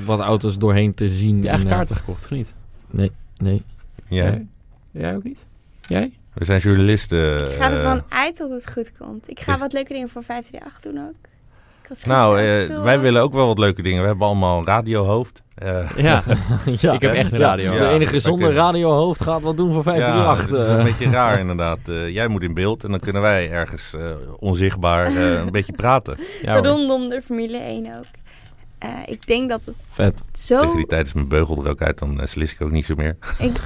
C: wat auto's doorheen te zien.
A: Heb je eigen
C: En, eh,
A: kaarten gekocht, of niet?
C: Nee.
D: Ja.
A: Nee? Jij ook niet? Jij?
D: We zijn journalisten.
B: Ik ga
D: eh,
B: ervan uit dat het goed komt. Ik ga
D: zeg-
B: wat leuke dingen voor 538 doen ook. Ik was
D: nou,
B: gisteren
D: eh,
B: op tour.
D: wij willen ook wel wat leuke dingen. We hebben allemaal een radiohoofd. Eh,
A: Ja,
C: ja.
A: ik heb echt een radio.
D: Ja.
C: de enige zonder
D: oké.
C: radiohoofd gaat wat doen voor
D: ja, dus dat
C: 538.
D: is
C: eh.
D: een beetje raar inderdaad. Eh, jij moet in beeld en dan kunnen wij ergens eh, onzichtbaar eh, een beetje praten.
A: Ja, hoor.
B: Rondom de Formule 1 ook. Eh, ik denk dat het
C: Vet.
B: zo...
D: Tegen die tijd is mijn beugel er ook uit, dan eh, slis ik ook niet zo meer.
B: Ik denk... Ik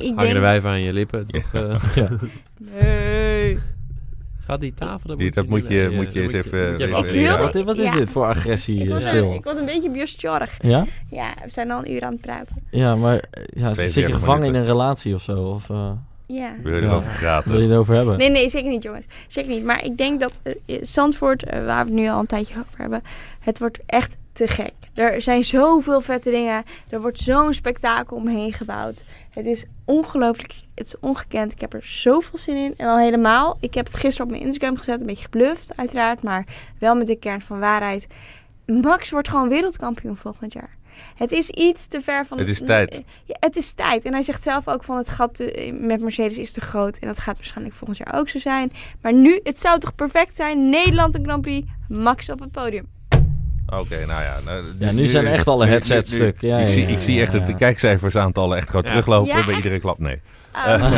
A: hangen de
B: denk
A: wijven aan je lippen. Toch, eh,
B: nee.
A: gaat die tafel... Dat,
D: Die- dat moet je- moet je eens even-
A: moet je
D: even-
B: Ik wil-
A: afleren.
C: Wat, i- wat is
B: Ja.
C: dit voor agressie,
B: Ik
C: eh,
B: word,
C: Sil?
B: een, ik word een beetje biosjorig.
C: Ja?
B: Ja, we zijn al een uur aan het praten.
C: Ja, maar eh, ja, zit
D: 42
C: je gevangen
D: minuten.
C: in een relatie of zo? Of eh,
B: Ja.
D: Wil je
C: Ja.
D: erover
C: wil
D: praten?
C: je het over hebben?
B: Nee, nee, zeker niet, jongens. Zeker niet. Maar ik denk dat eh, eh, Zandvoort, eh, waar we het nu al een tijdje over hebben, het wordt echt te gek. Er zijn zoveel vette dingen. Er wordt zo'n spektakel omheen gebouwd. Het is ongelooflijk. Het is ongekend. Ik heb er zoveel zin in. En al helemaal. Ik heb het gisteren op mijn Instagram gezet. Een beetje gebluft, uiteraard. Maar wel met de kern van waarheid. Max wordt gewoon wereldkampioen volgend jaar. Het is iets te ver van...
D: Het is tijd.
B: Ja, het is tijd. En hij zegt zelf ook van het gat eh, met Mercedes is te groot. En dat gaat waarschijnlijk volgend jaar ook zo zijn. Maar nu, het zou toch perfect zijn. Nederland een Grand Prix. Max op het podium.
D: Oké, nou ja. nou,
C: Ja, nu zijn echt alle
D: nu- nu-
C: headsets
D: nu-
C: stuk. Ja,
D: ik
C: ja,
D: zie,
C: ja,
D: ik zie
C: ja,
D: echt dat
C: ja.
D: de kijkcijfersaantallen echt gewoon
A: Ja.
D: teruglopen
B: Ja,
D: bij
B: echt?
D: iedere klap. Nee.
B: Oh,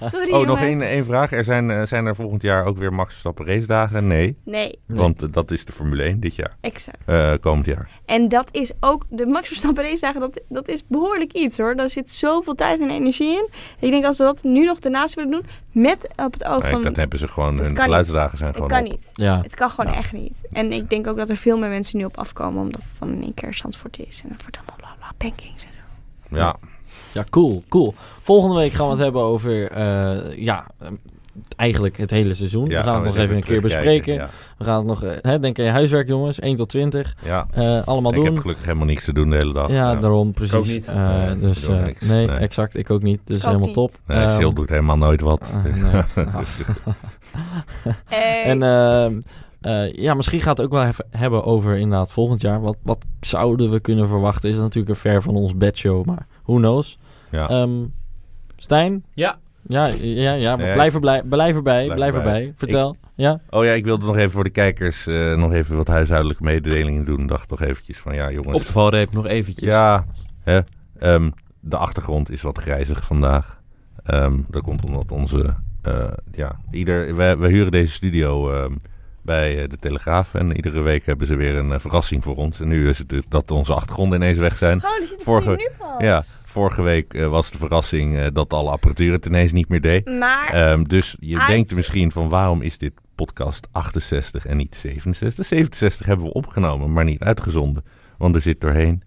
B: sorry
D: Oh, nog
B: jongens.
D: één, één vraag. Er zijn, eh, zijn er volgend jaar ook weer Max Verstappen race dagen? Nee.
B: Nee,
C: Nee.
D: Want eh, dat is de Formule 1 dit jaar,
B: exact.
D: eh, komend jaar.
B: En dat is ook, de Max Verstappen race dagen, dat, dat is behoorlijk iets hoor. Daar zit zoveel tijd en energie in. Ik denk als ze dat nu nog daarnaast willen doen, met op het oog
D: Nee,
B: Oh, van...
D: dat hebben ze gewoon,
B: dat
D: hun
B: kan
D: geluidsdagen zijn
B: het
D: gewoon
B: kan
D: op.
B: niet.
C: Ja.
B: Het kan gewoon
C: Ja.
B: echt niet. En ik denk ook dat er veel meer mensen nu op afkomen, omdat het dan in één keer Zandvoort is. En dan wordt allemaal bla bla, bankings en zo.
D: Ja,
C: ja, cool, cool. Volgende week gaan we het hebben over eh, ja, eh, eigenlijk het hele seizoen.
D: Ja,
C: we gaan het
D: we
C: nog
D: eens
C: even een keer
D: terugkijken,
C: bespreken. We gaan het nog, eh, hè, denk aan je huiswerk jongens, 1 tot 20.
D: Ja, ja.
C: eh, allemaal
D: Ik
C: doen.
D: heb gelukkig helemaal niks te doen de hele dag.
C: ja, daarom precies.
A: ook niet.
C: Eh,
D: Nee,
C: dus
D: ik doe
C: eh,
D: niks.
C: nee,
D: Nee.
C: exact. Ik ook niet. Dus
B: ook
C: helemaal
B: niet.
C: top.
D: Nee,
C: Ehm,
D: Sil doet helemaal nooit wat.
C: eh, nee. Ah. En
D: eh,
B: En,
C: ehm, eh, ja, misschien gaat het ook wel even hebben over inderdaad volgend jaar. Wat, wat zouden we kunnen verwachten? Is dat natuurlijk een ver van ons bedshow, maar who knows.
D: Ja.
C: Ehm, Stijn?
A: Ja.
C: Ja, ja, ja maar
D: Nee.
C: blijf, erbij, blijf erbij, blijf,
D: Blijf
C: erbij. Vertel. Ja?
D: Oh ja, ik wilde nog even voor de kijkers eh, nog even wat huishoudelijke mededelingen doen. Dacht toch eventjes van ja jongens.
A: Op de valreep nog eventjes.
D: Ja, hè? Ehm, de achtergrond is wat grijzig vandaag. Ehm, dat komt omdat onze. eh, ja, ieder, wij, wij huren deze studio ehm, bij eh, de Telegraaf. En iedere week hebben ze weer een eh, verrassing voor ons. En nu is het dus dat onze achtergronden ineens weg zijn.
B: oh, er zit
D: vorige-
B: vorige, nu pas.
D: Ja, vorige week eh, was de verrassing eh, dat alle apparatuur het ineens niet meer deed.
B: Maar
D: Ehm, dus je
B: Uit.
D: denkt misschien van waarom is dit podcast 68 en niet 67? 67 hebben we opgenomen, maar niet uitgezonden. Want er zit doorheen.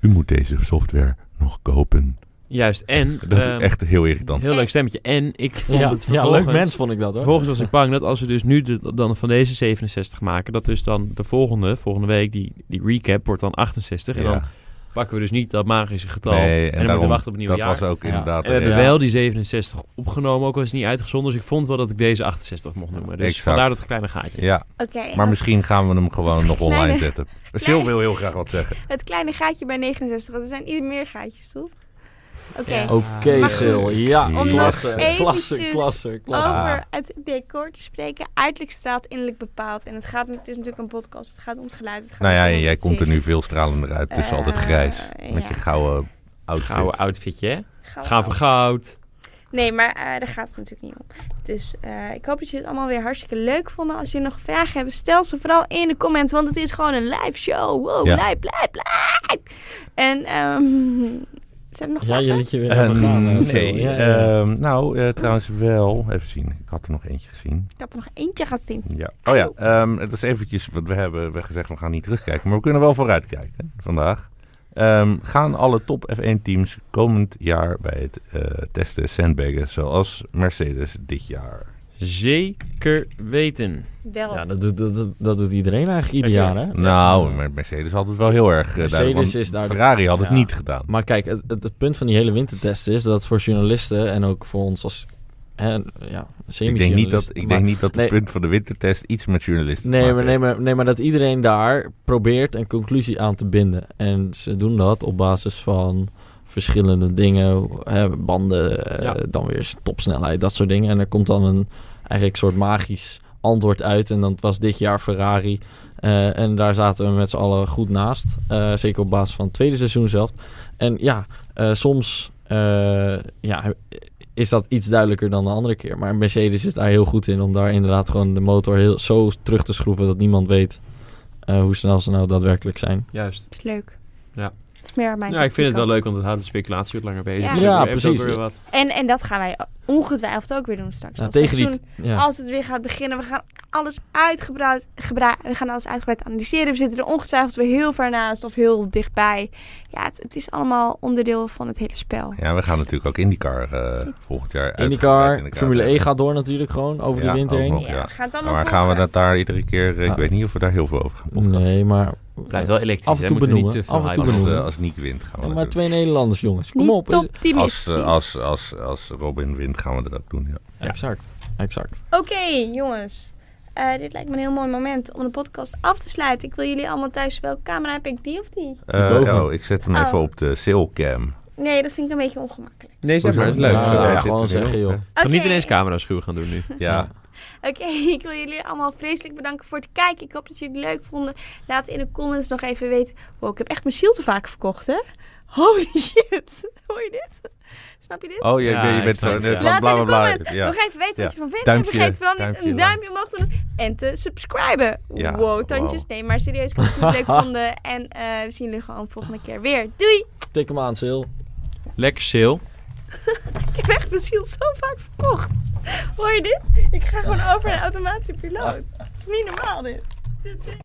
D: U moet deze software nog kopen.
A: Juist. En,
D: Dat is
A: ehm,
D: echt heel irritant.
A: heel leuk stemmetje. En ik vond
C: Ja,
A: het
C: ja,
A: vervolgens-
C: leuk mens vond ik dat hoor.
A: Vervolgens was ik bang dat als we dus nu de- dan van deze 67 maken, dat dus dan de volgende, volgende week, die, die recap wordt dan 68. En dan
D: Ja.
A: pakken we dus niet dat magische getal.
D: Nee,
A: en, dan moeten we wachten op een nieuw
D: dat
A: jaar.
D: was ook
C: Ja.
D: inderdaad...
A: En we hebben
D: ja.
A: wel die 67 opgenomen, ook al is het niet uitgezonden. Dus ik vond wel dat ik deze 68 mocht noemen. Dus
D: Exact.
A: vandaar dat kleine gaatje.
D: Ja,
B: oké,
D: maar misschien gaan we hem gewoon nog online
B: Kleine-
D: zetten. Sil wil heel graag wat zeggen.
B: het kleine gaatje bij 69, want er zijn iets meer gaatjes, toch? Oké.
A: Ja.
C: Oké,
A: Maar goed,
C: Sil. Ja,
D: om nog
C: klasse,
B: eventjes
C: klasse, klasse, klasse.
D: Ah.
B: Over het decor te spreken. Uiterlijk straalt innerlijk bepaald. En het gaat, het is natuurlijk een podcast. Het gaat om het geluid. Het gaat
D: Nou ja,
B: om
D: en
B: het
D: jij komt er nu
B: gezicht.
D: veel stralender uit. Het is altijd
B: Eh,
D: grijs. Met
B: ja.
D: je gouden outfit.
A: Gouden outfitje, hè?
B: Gaan we
A: Gaan voor goud.
B: Nee, maar eh, daar gaat het natuurlijk niet om. Dus eh, ik hoop dat jullie het allemaal weer hartstikke leuk vonden. Als jullie nog vragen hebben, stel ze vooral in de comments. Want het is gewoon een live show. Wow,
D: Ja.
B: live, live, live. En ehm zijn er nog
C: Ja,
B: vragen?
C: je liet je weer
D: Eh,
C: even gaan. eh, Sil.
D: nee,
C: Ja, ja, ja.
D: ehm, nou eh, trouwens wel. Even zien, ik had er nog eentje gezien.
B: Ik had er nog eentje gaan zien.
D: Ja. Oh ja, ehm, het is eventjes, want we hebben we gezegd we gaan niet terugkijken, maar we kunnen wel vooruitkijken vandaag. Ehm, gaan alle top F1-teams komend jaar bij het eh, testen sandbaggen, zoals Mercedes dit jaar?
A: Zeker weten.
B: Wel.
C: Ja, dat, doet, dat, doet- dat doet iedereen eigenlijk ieder jaar,
A: Exact.
C: hè?
D: Nou, maar Mercedes had het wel heel erg eh, duidelijk,
C: Mercedes
D: want
C: is daar de-
D: Ferrari had het
C: Ja.
D: niet gedaan.
C: Maar kijk, het, het, het punt van die hele wintertest is dat voor journalisten en ook voor ons als hè, ja,
D: Ik denk niet dat,
C: semi-journalisten,
D: ik
C: maar-
D: denk niet dat het
C: nee.
D: punt van de wintertest iets met journalisten te
C: Nee
D: maken
C: maar, nee, maar, nee, maar dat iedereen daar probeert een conclusie aan te binden. En ze doen dat op basis van verschillende dingen. Hè, banden, eh,
A: Ja.
C: dan weer topsnelheid, dat soort dingen. En er komt dan een eigenlijk soort magisch antwoord uit. En dat was dit jaar Ferrari. Eh, en daar zaten we met z'n allen goed naast. Eh, zeker op basis van het tweede seizoen zelf. En ja, eh, soms eh, ja, is dat iets duidelijker dan de andere keer. Maar Mercedes is daar heel goed in om daar inderdaad gewoon de motor heel, zo terug te schroeven dat niemand weet eh, hoe snel ze nou daadwerkelijk zijn.
A: Juist.
B: Het is leuk.
A: Ja.
B: Het is meer aan mijn
A: Ja, ik vind het
B: tactiek
A: wel leuk, want het houdt de speculatie wat langer bezig.
B: Ja.
A: Dus
C: Ja,
A: we hebben
C: precies.
A: ook weer wat.
B: ook. En, en dat gaan wij ongetwijfeld ook weer doen straks.
C: Nou,
B: Want
C: tegen die.
B: seizoen-
C: Ja.
B: Als het weer gaat beginnen, we gaan alles uitgebreid, gebra- we gaan alles uitgebreid analyseren. We zitten er ongetwijfeld weer heel ver naast of heel dichtbij. Ja, het, het is allemaal onderdeel van het hele spel.
D: Ja, we gaan natuurlijk ook IndyCar eh, volgend jaar uitgebreid in
C: IndyCar,
D: de
C: Formule E
D: kaart
C: 1 gaat door natuurlijk gewoon over
D: Ja,
C: de winter
D: ook
C: heen.
D: nog.
B: Ja, we gaan het allemaal
D: Maar gaan we
B: volgen.
D: dat daar iedere keer... eh, Ik
C: Ah.
D: weet niet of we daar heel veel over gaan podcasten.
C: Nee, maar.
A: Blijft wel elektrisch.
C: Af en
A: hè,
C: toe
A: moeten we
C: benoemen,
A: Niet te
C: af
A: veel
C: en toe
A: hypen.
D: Als,
C: benoemen.
D: eh, als Niek wint gaan we
C: Ja,
D: dat
C: maar
D: doen.
C: twee Nederlanders, jongens. Kom
B: Niet
C: op. is-
D: Als,
B: optimistisch.
D: eh, als, als, als Robin wint gaan we dat ook doen, ja.
A: Ja.
C: Exact. Exact.
B: Oké, jongens. Eh, dit lijkt me een heel mooi moment om de podcast af te sluiten. Ik wil jullie allemaal thuis. Welke camera heb ik? Die of die?
D: Eh,
C: boven.
D: oh, ik zet hem
B: Oh.
D: even op de sailcam.
B: Nee, dat vind ik een beetje ongemakkelijk.
A: Nee, zeg
D: Hoezo?
A: maar. Het is
C: leuk.
A: leuk.
C: Ja,
A: Zo. Ik
C: ja,
D: hij zit
C: gewoon
D: er
C: zeggen,
D: heel
C: joh.
D: op,
A: ga niet
B: Oké.
A: ineens camera schuwen gaan doen nu.
D: hè. Ja,
B: Oké, ik wil jullie allemaal vreselijk bedanken voor het kijken. Ik hoop dat jullie het leuk vonden. Laat in de comments nog even weten. Wow, ik heb echt mijn ziel te vaak verkocht, hè? Holy shit. Hoor je dit? Snap je dit?
D: Oh, je,
A: Ja,
D: je
A: ik
D: bent
A: snap
D: zo...
A: het,
D: eh,
A: ja.
D: van
B: Laat
D: bla,
B: in de
D: bla, bla.
B: comments
D: Ja.
B: nog even weten wat je
D: Ja.
B: van vindt.
D: Duimpje,
B: en vergeet vooral niet
D: duimpje
B: een
D: omhoog.
B: duimpje omhoog te doen. En te subscriben.
D: Ja,
B: wow, tandjes.
D: wow.
B: Nee, maar serieus, ik hoop dat jullie het leuk vonden. En eh, we zien jullie gewoon volgende keer weer. Doei!
C: Tik hem aan, Sil.
A: Lekker sale.
B: Ik heb echt mijn ziel zo vaak verkocht. Hoor je dit? Ik ga gewoon over naar automatische piloot. Het is niet normaal dit. Dit is...